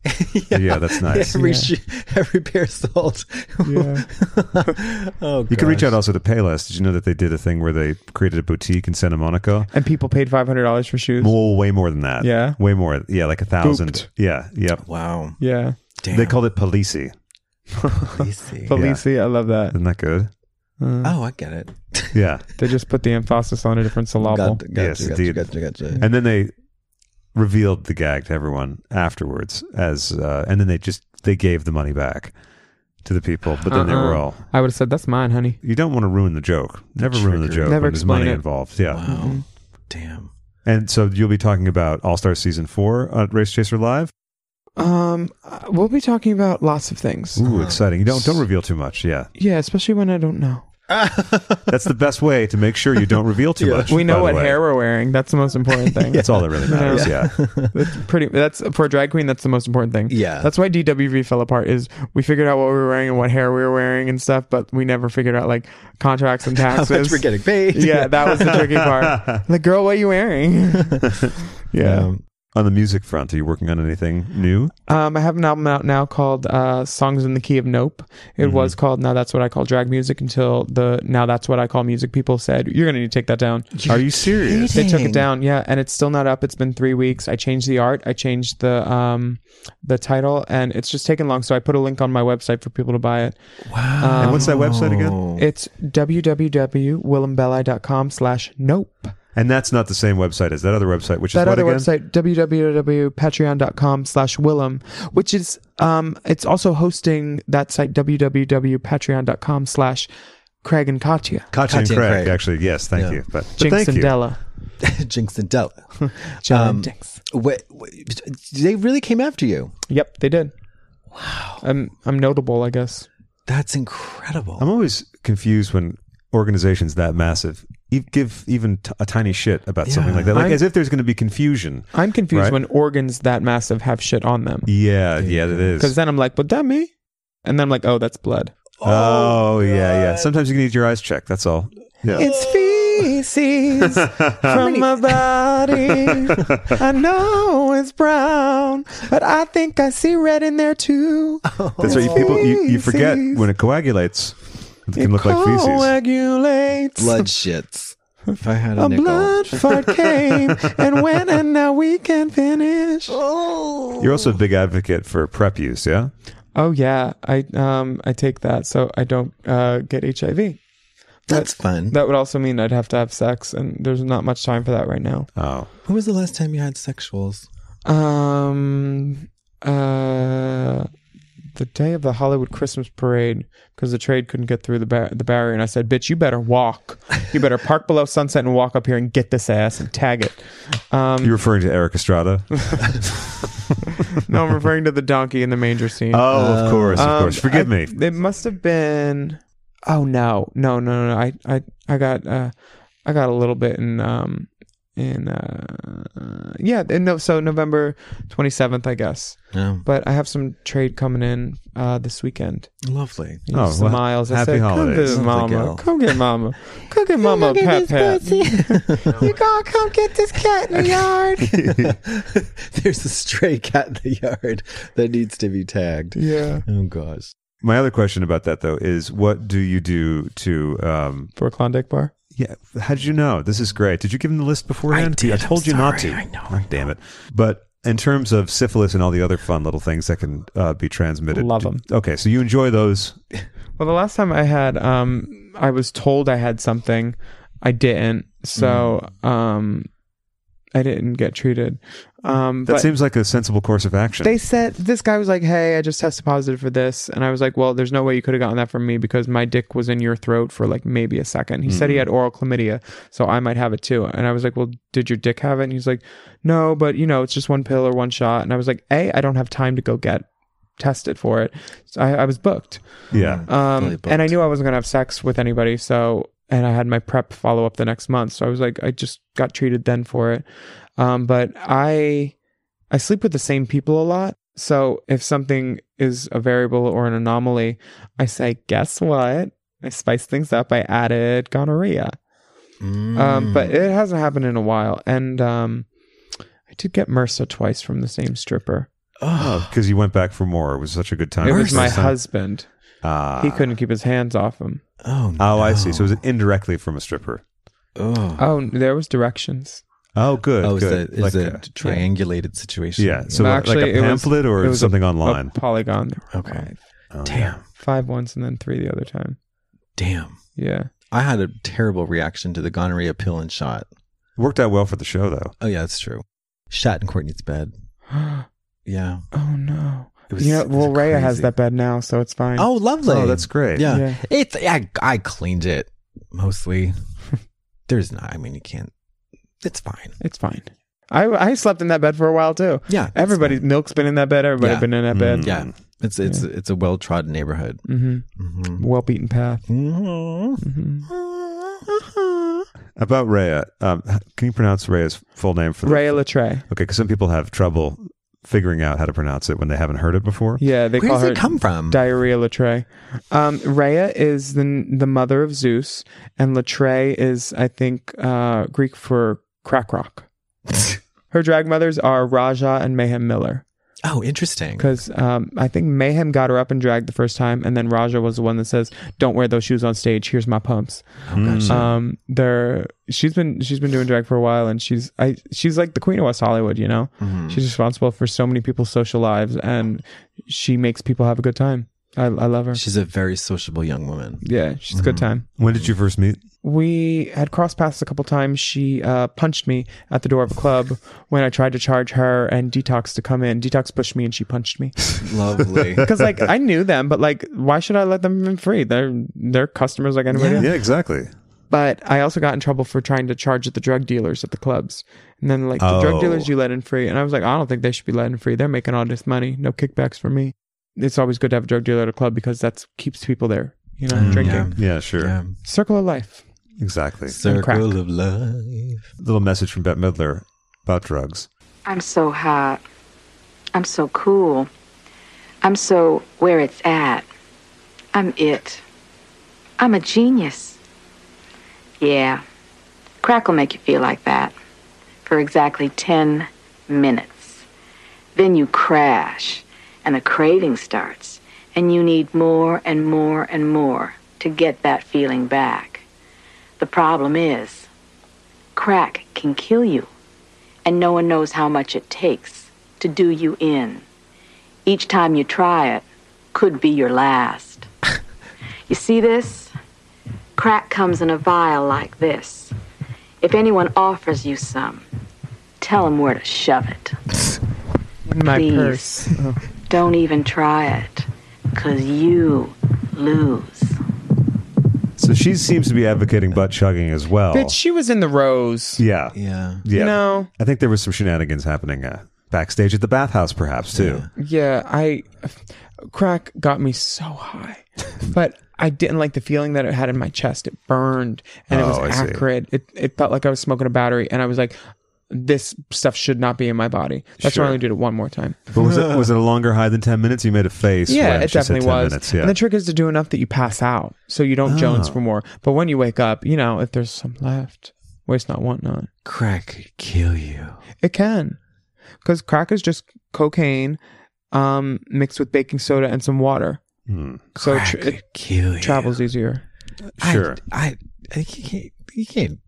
Yeah, that's nice.
Every
Yeah.
shoe, every pair sold.
Yeah.
oh,
You can reach
gosh.
out also to Payless. Did you know that they did a thing where they created a boutique in Santa Monica?
And people paid five hundred dollars for shoes.
Well, way more than that.
Yeah.
way more. Yeah, like a thousand.
Booped.
Yeah, yep.
Wow.
Yeah,
Damn.
They called it Polisi.
Lacey.
Felici, I love that.
Isn't that good?
Uh,
Oh, I get it.
Yeah.
they just put the emphasis on a different syllable.
Gotcha,
Yes,
gotcha,
indeed.
gotcha, gotcha, gotcha.
And uh, then they revealed the gag to everyone afterwards as uh, and then they just they gave the money back to the people but then they
Uh-uh.
were all
I would have said that's mine, honey.
you don't want to ruin the joke never ruin the
trickery.
joke
Never
when there's
explain
money
it.
involved yeah
Wow. Damn.
and so you'll be talking about all star season four on race chaser live
Um, uh, we'll be talking about lots of things.
ooh exciting you don't don't reveal too much yeah
Yeah, especially when I don't know.
that's the best way to make sure you don't reveal too much
We
by
know
the
what
way.
hair we're wearing. That's the most important thing.
that's all that really matters yeah,
That's pretty. That's for a drag queen. That's the most important thing.
Yeah.
That's why DWV fell apart. Is we figured out what we were wearing and what hair we were wearing and stuff, but we never figured out like contracts and
How
taxes.
much we're getting paid?
Yeah, that was the tricky part. Like, girl, what are you wearing? yeah.
Um,
on the music front are you working on anything new
Um, I have an album out now called uh, "Songs in the Key of Nope." It was called "Now That's What I Call Drag Music" until the "Now That's What I Call Music" people said you're gonna need to take that down.
are you serious
They took
Dang.
it down, yeah, and it's still not up. It's been three weeks. I changed the art, I changed the um, the title, and it's just taken long. So I put a link on my website for people to buy it. Um,
wow.
and what's that website
Oh.
again
It's www.williambelli.com slash nope.
and that's not the same website as that other website which is
that
what
other
again
website www.patreon.com slash willem which is um it's also hosting that site www.patreon.com slash craig and katya
Katya and
Katya and
Craig,
Craig.
actually, yes, thank
Yeah.
you. But, but
jinx
thank
and
you.
della
Jinx and Della.
Della and
Um,
Jinx.
What, what- they really came after you.
yep they did wow i'm i'm notable i guess
That's incredible.
I'm always confused when organizations that massive e- give even t- a tiny shit about something like that, like
I'm-
as if there's going to be confusion.
i'm confused
Right.
when organs that massive have shit on them
Yeah, yeah, it
because
is.
then i'm like but that me and then i'm like oh that's blood
Oh, yeah, yeah. Sometimes you can need your eyes checked. That's all. Yeah.
it's feces from my body. I know it's brown, but I think I see red in there too.
That's right. You people, you, you forget when it coagulates, it can look like feces.
Coagulates.
Blood shits. If I had a,
A
nickel.
blood fart came and went, and now we can finish.
You're also a big advocate for prep use. Yeah.
Oh yeah, I um I take that so I don't uh, get HIV.
That's fun.
That would also mean I'd have to have sex, and there's not much time for that right now.
Oh,
when was the last time you had sexuals?
Um, uh, the day of the Hollywood Christmas parade because the trade couldn't get through the bar- the barrier, and I said, "Bitch, you better walk. You better park below sunset and walk up here and get this ass and tag it."
you're referring to Eric Estrada. oh,
No, I'm referring to the donkey in the manger scene.
of course, of
Um,
course. Oh, Forgive me.
It must have been. Oh no, no, no, no! I, I, I got, uh, I got a little bit in, um, in, uh, yeah, in no, so November twenty seventh, I guess.
No.
But I have some trade coming in uh, this weekend.
Lovely.
You know,
Oh,
some
well,
miles. I
happy
said,
holidays."
Come get
Sounds like
mama.
hell.
come get mama. Come get mama a pet pet. you gonna come get this cat in the yard?
There's a stray cat in the yard that needs to be tagged.
yeah.
Oh gosh.
My other question about that though is, what do you do to um,
For a Klondike bar.
Yeah, how did you know? This is great. Did you give him the list beforehand?
did.
I told
I'm
you not to.
sorry. I know.
Oh, damn it. But in terms of syphilis and all the other fun little things that can uh, be transmitted,
Love
do-
'em.
Okay, so you enjoy those.
Well, the last time I had, um, I was told I had something, I didn't, so um, I didn't get treated. Um,
That
but
seems like a sensible course of action.
they said this guy was like, "Hey, I just tested positive for this," and I was like, "Well, there's no way you could have gotten that from me because my dick was in your throat for like maybe a second. He said he had oral chlamydia, so I might have it too. And I was like, "Well, did your dick have it?" And he's like, "No, but you know, it's just one pill or one shot." And I was like, "A, I don't have time to go get." tested for it so I, I was booked
yeah.
Fully
um,
booked.
and I knew I wasn't gonna have sex with anybody, so and I had my prep follow up the next month, so I was like, I just got treated then for it. Um, but I I sleep with the same people a lot, so if something is a variable or an anomaly, I say, guess what? I spice things up. I added gonorrhea, um, but it hasn't happened in a while, and um, I did get MRSA twice from the same stripper.
Oh,
Oh.
Because you went back for more. It was such a good time.
It was my
This time-
husband.
Ah.
He couldn't keep his hands off him.
Oh, no.
Oh, I see. So it was indirectly from a stripper.
oh,
Oh, there was directions.
Oh, good.
oh, is
good.
that is a triangulated situation?
yeah. So
No,
like-
actually,
like a
it was-
pamphlet or
it was a-
something
a
online.
polygon. There were
Okay.
Five,
damn,
five once and then three the other time.
damn.
Yeah.
I had a terrible reaction to the gonorrhea pill and shot.
Worked out well for the show though.
Oh yeah, that's true. Shot in Courtney's bed. Yeah.
Oh no.
It was-
you know,
it was
well, Raya has
crazy.
that bed now, so it's fine.
Oh, lovely.
Oh, that's great.
Yeah.
Yeah.
It's I I cleaned it mostly. There's not. I mean, you can't. It's fine.
it's fine. I I slept in that bed for a while too.
Yeah, it's
Everybody, Milk's been in that bed. Everybody
Yeah.
been in that
Hmm.
bed.
Yeah. It's it's it's a well trodden neighborhood. Mm-hmm.
Well beaten path.
Mm-hmm.
About Rhea, um, h- can you pronounce Rhea's full name for the
Raya Latre.
Okay, because some people have trouble figuring out how to pronounce it when they haven't heard it before.
Yeah, they
Where
call
does
her
it come from?
Diarrhea Latre. Um, Rhea is the the mother of Zeus, and Latre is, I think, uh, Greek for crack rock. Her drag mothers are Raja and Mayhem Miller.
oh, interesting.
Because um, I think Mayhem got her up in drag the first time, and then Raja was the one that says, "Don't wear those shoes on stage. Here's my pumps." Um, they're she's been she's been doing drag for a while, and she's I she's like the queen of West Hollywood. You know, she's responsible for so many people's social lives, and she makes people have a good time. I, I love her.
She's a very sociable young woman.
yeah, she's a good
Mm-hmm.
time.
When did you first meet?
We had crossed paths a couple times. She uh, punched me at the door of a club when I tried to charge her and Detox to come in. Detox pushed me, and she punched me.
Lovely.
because like I knew them, but like why should I let them in free? They're they're customers like anybody
Yeah.
else.
Yeah, exactly.
But I also got in trouble for trying to charge at the drug dealers at the clubs, and then like the
Oh.
drug dealers you let in free, and I was like I don't think they should be let in free. They're making all this money, no kickbacks for me. It's always good to have a drug dealer at a club because that keeps people there, you know, drinking.
Mm, yeah.
Yeah, sure.
Yeah.
Circle of life.
Exactly.
crack.
Circle of life.
Little message from Bette Midler about drugs.
I'm so hot. I'm so cool. I'm so where it's at. I'm it. I'm a genius. Yeah. Crack will make you feel like that for exactly 10 minutes. Then you crash, and a craving starts, and you need more and more and more to get that feeling back. The problem is, crack can kill you and no one knows how much it takes to do you in. Each time you try it could be your last. you see this? Crack comes in a vial like this. If anyone offers you some, tell them where to shove it.
In my
Please.
purse. Oh.
Don't even try it, because you lose.
So she seems to be advocating butt chugging as well.
Bitch, she was in the rose.
Oh. Yeah.
Yeah.
Yeah.
You know,
I think there was some shenanigans happening uh, backstage at the bathhouse, perhaps, too.
yeah, I crack got me so high, but I didn't like the feeling that it had in my chest. It burned and it was
Oh, I see.
acrid. It it felt like I was smoking a battery, and I was like, this stuff should not be in my body. That's why
Sure.
I only did it one more time.
But was it, was it a longer high than 10 minutes? You made a face.
Yeah,
when
it
she said
definitely
10
was.
Minutes. Yeah. Oh.
And the trick is to do enough that you pass out, so you don't jones for more. But when you wake up, you know if there's some left, waste not, want not.
Crack could kill you.
It can, because crack is just cocaine um, mixed with baking soda
Hmm.
and some water. So it,
Crack
tr- it
could kill you.
travels easier.
I-
Sure.
I, I think you can't, you can't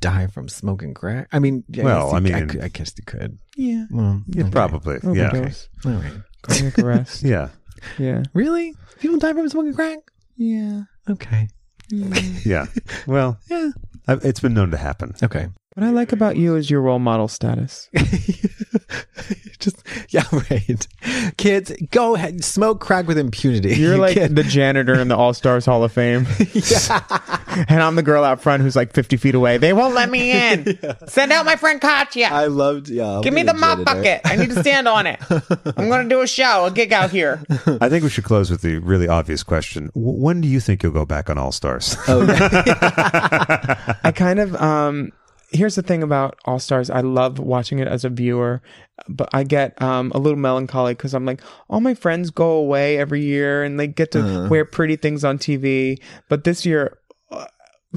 die from smoking crack. I mean, I
Well,
guess
I
you-
mean-
could- I, guess you could.
Yeah.
Well,
Yeah,
okay.
probably.
Oh,
Yeah.
Overdose.
All right.
Cardiac arrest.
Yeah.
Yeah.
Really? You don't die from smoking crack?
Yeah.
Okay. Mm.
Yeah. Well,
Yeah.
I- it's been known to happen.
Okay.
What I like about you is your role model status.
Just yeah, right. Kids, go ahead, and smoke crack with impunity.
You're
You
like
can't-
the janitor in the All Stars Hall of Fame. And I'm the girl out front who's like 50 feet away. They won't let me in. Send out my friend Katya.
I loved. Yeah, I'll
Give
be
me the
a
mop
janitor.
bucket. I need to stand on it. I'm going to do a show, a gig out here.
I think we should close with the really obvious question. W- when do you think you'll go back on All Stars?
Oh, I kind of um here's the thing about All Stars. I love watching it as a viewer, but I get um a little melancholy cuz I'm like all my friends go away every year and they get to
Uh-huh.
wear pretty things on TV, but this year uh,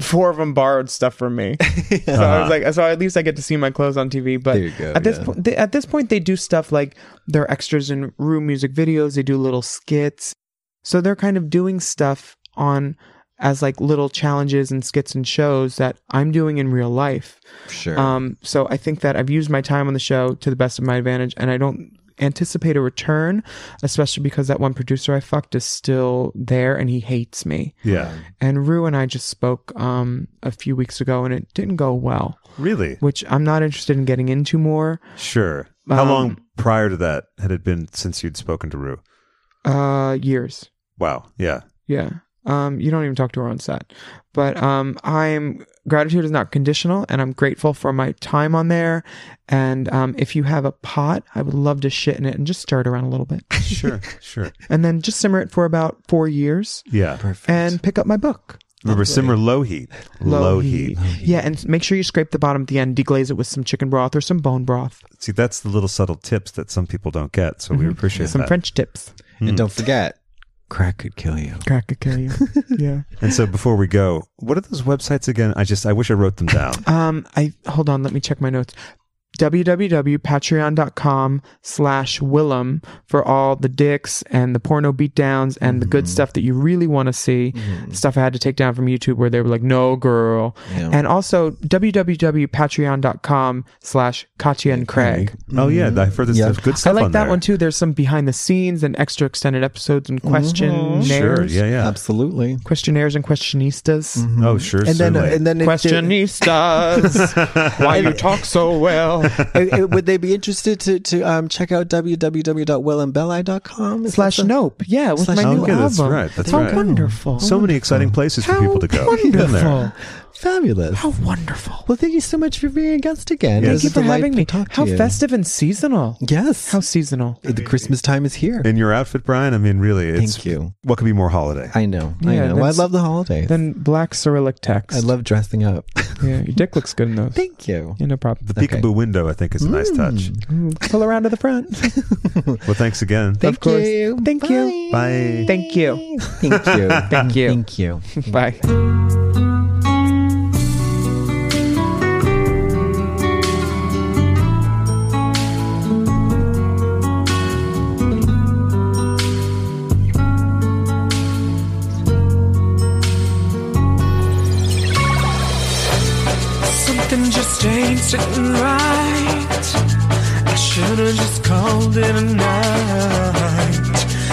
Four of them borrowed stuff from me, so I was like, so at least I get to see my clothes on TV. But
Uh-huh. There you go,
at this
yeah.
point, they, at this point, they do stuff like they're extras in room music videos. They do little skits, so they're kind of doing stuff on as like little challenges and skits and shows that I'm doing in real life.
Sure.
Um, so I think that I've used my time on the show to the best of my advantage, and I don't anticipate a return, especially because that one producer I fucked is still there and he hates me.
yeah.
And Rue and I just spoke um, a few weeks ago, and it didn't go well,
Really?
which I'm not interested in getting into more.
Sure. How
Um,
long prior to that had it been since you'd spoken to Rue?
Uh, years.
Wow. Yeah.
Yeah. Um, you don't even talk to her on set. But um, I'm gratitude is not conditional, and I'm grateful for my time on there. And um, if you have a pot, I would love to shit in it and just stir it around a little bit,
Sure. sure.
and then just simmer it for about four years,
Yeah.
Perfect.
and pick up my book.
Remember, simmer low heat.
Yeah, and make sure you scrape the bottom at the end, deglaze it with some chicken broth or some bone broth,
See, that's the little subtle tips that some people don't get. So we appreciate
Mm-hmm. some
that.
French tips.
and don't forget, Hmm. crack could kill you.
Crack could kill you. yeah.
And so before we go, what are those websites again? I just, I wish I wrote them down.
Um, I hold on. Let me check my notes. www.patreon.com slash Willem for all the dicks and the porno beatdowns and the
Mm-hmm.
good stuff that you really want to see. Stuff I had to take down from YouTube where they were like, no, girl.
Yeah.
And also www.patreon.com slash Katya and Craig.
Oh, yeah. I've heard this
Yeah.
there's good
I
stuff
like
on
that
there.
one too. There's some behind the scenes and extra extended episodes and questionnaires.
Mm-hmm. Sure. Yeah. Yeah.
Absolutely.
Questionnaires and questionistas.
Oh, sure.
And
uh,
then,
certainly.
Mm-hmm. and then, if they-
Questionistas. Why you talk so well.
it- it- would they be interested to to um, check out www.wellandbelli.com? Is that
slash
some-
nope. Yeah, with
Slash
my new
Okay,
album.
Oh, that's right, that's
How
right.
wonderful!
so many exciting places for
Oh. How
people to go. Get in there.
wonderful!
Fabulous.
How wonderful!
Well, thank you so much for being a guest again.
Yes.
It
Thank
was
you for
a delight
having
to
me.
talk to
How
you.
festive and seasonal.
Yes.
How seasonal.
the Christmas time is here.
In your outfit, Brian. I mean, really, it's
Thank you.
what could be more holiday?
I know. I
Yeah,
know. Well, I
that's-
love the holidays.
Then black Cyrillic text.
I love dressing up.
Yeah, your dick looks good in those.
Thank you.
yeah, no problem.
The peekaboo window, I think, is a nice touch.
Hmm.
Pull around to the front.
Well, thanks again.
Thank
course.
you.
Thank you.
Bye.
Thank you.
Thank you.
Thank you.
Thank you.
Bye.
Something just ain't sitting right. I should've just called it a night.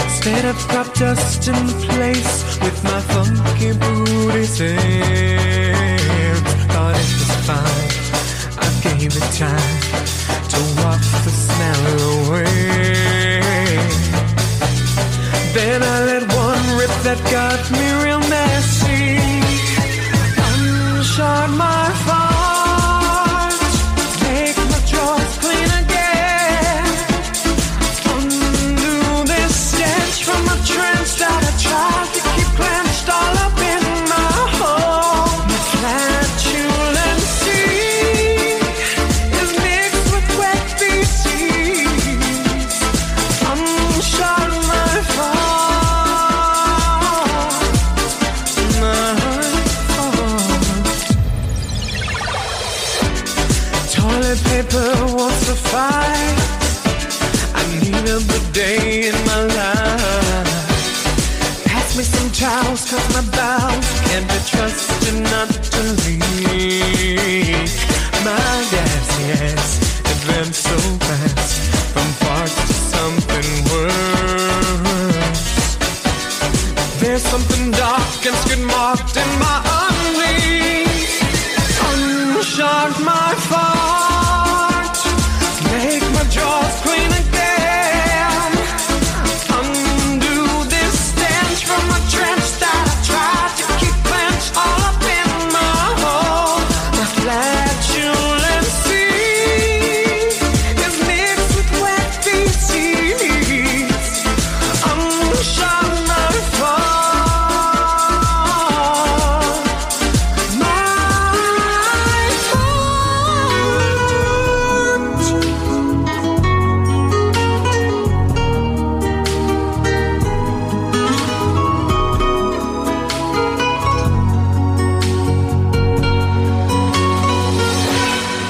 Instead, I've got dust in the place with my funky booties in. Thought it was fine. I gave it time to wash the smell away. Then I let one rip that got me real nasty. Unshot my fart, make my drawers clean again. Undo this stench from a trance that I tried to keep clenched all up in my hole. My flatulency is mixed with wet feces. Unshot my fart, my fart. Toilet paper won't suffice. I need a bidet in my life. Pass me some towels, cause my bowels
Can be trusted not to leave. My gas, yes, advanced so fast from parts to something worse. There's something dark and skin marked in my undies. Unshot my fart. Make my jaws clean again. Undo this stench from a trench that I tried to keep clenched all up in my hole. My flatulency is mixed with wet feces. Unshot my fart. My fart.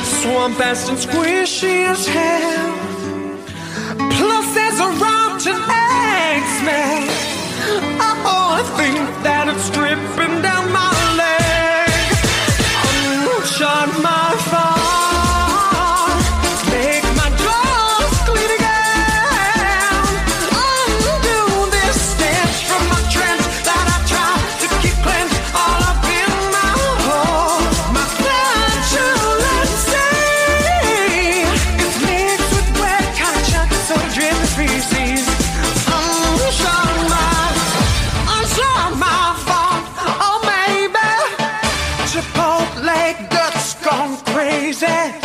Swamp ass and squishy as hell. Plus, there's a rotten egg smell. Oh, I think that it's dripping down my leg. Unshot my thought. Make my jaws clean again. Undo this stench from my trench that I tried to keep cleansed all up in my hole. My flatulence is mixed with wet contract, so dripping feces. Unshot my Unshot my fault, oh maybe Chipotle guts gone crazy.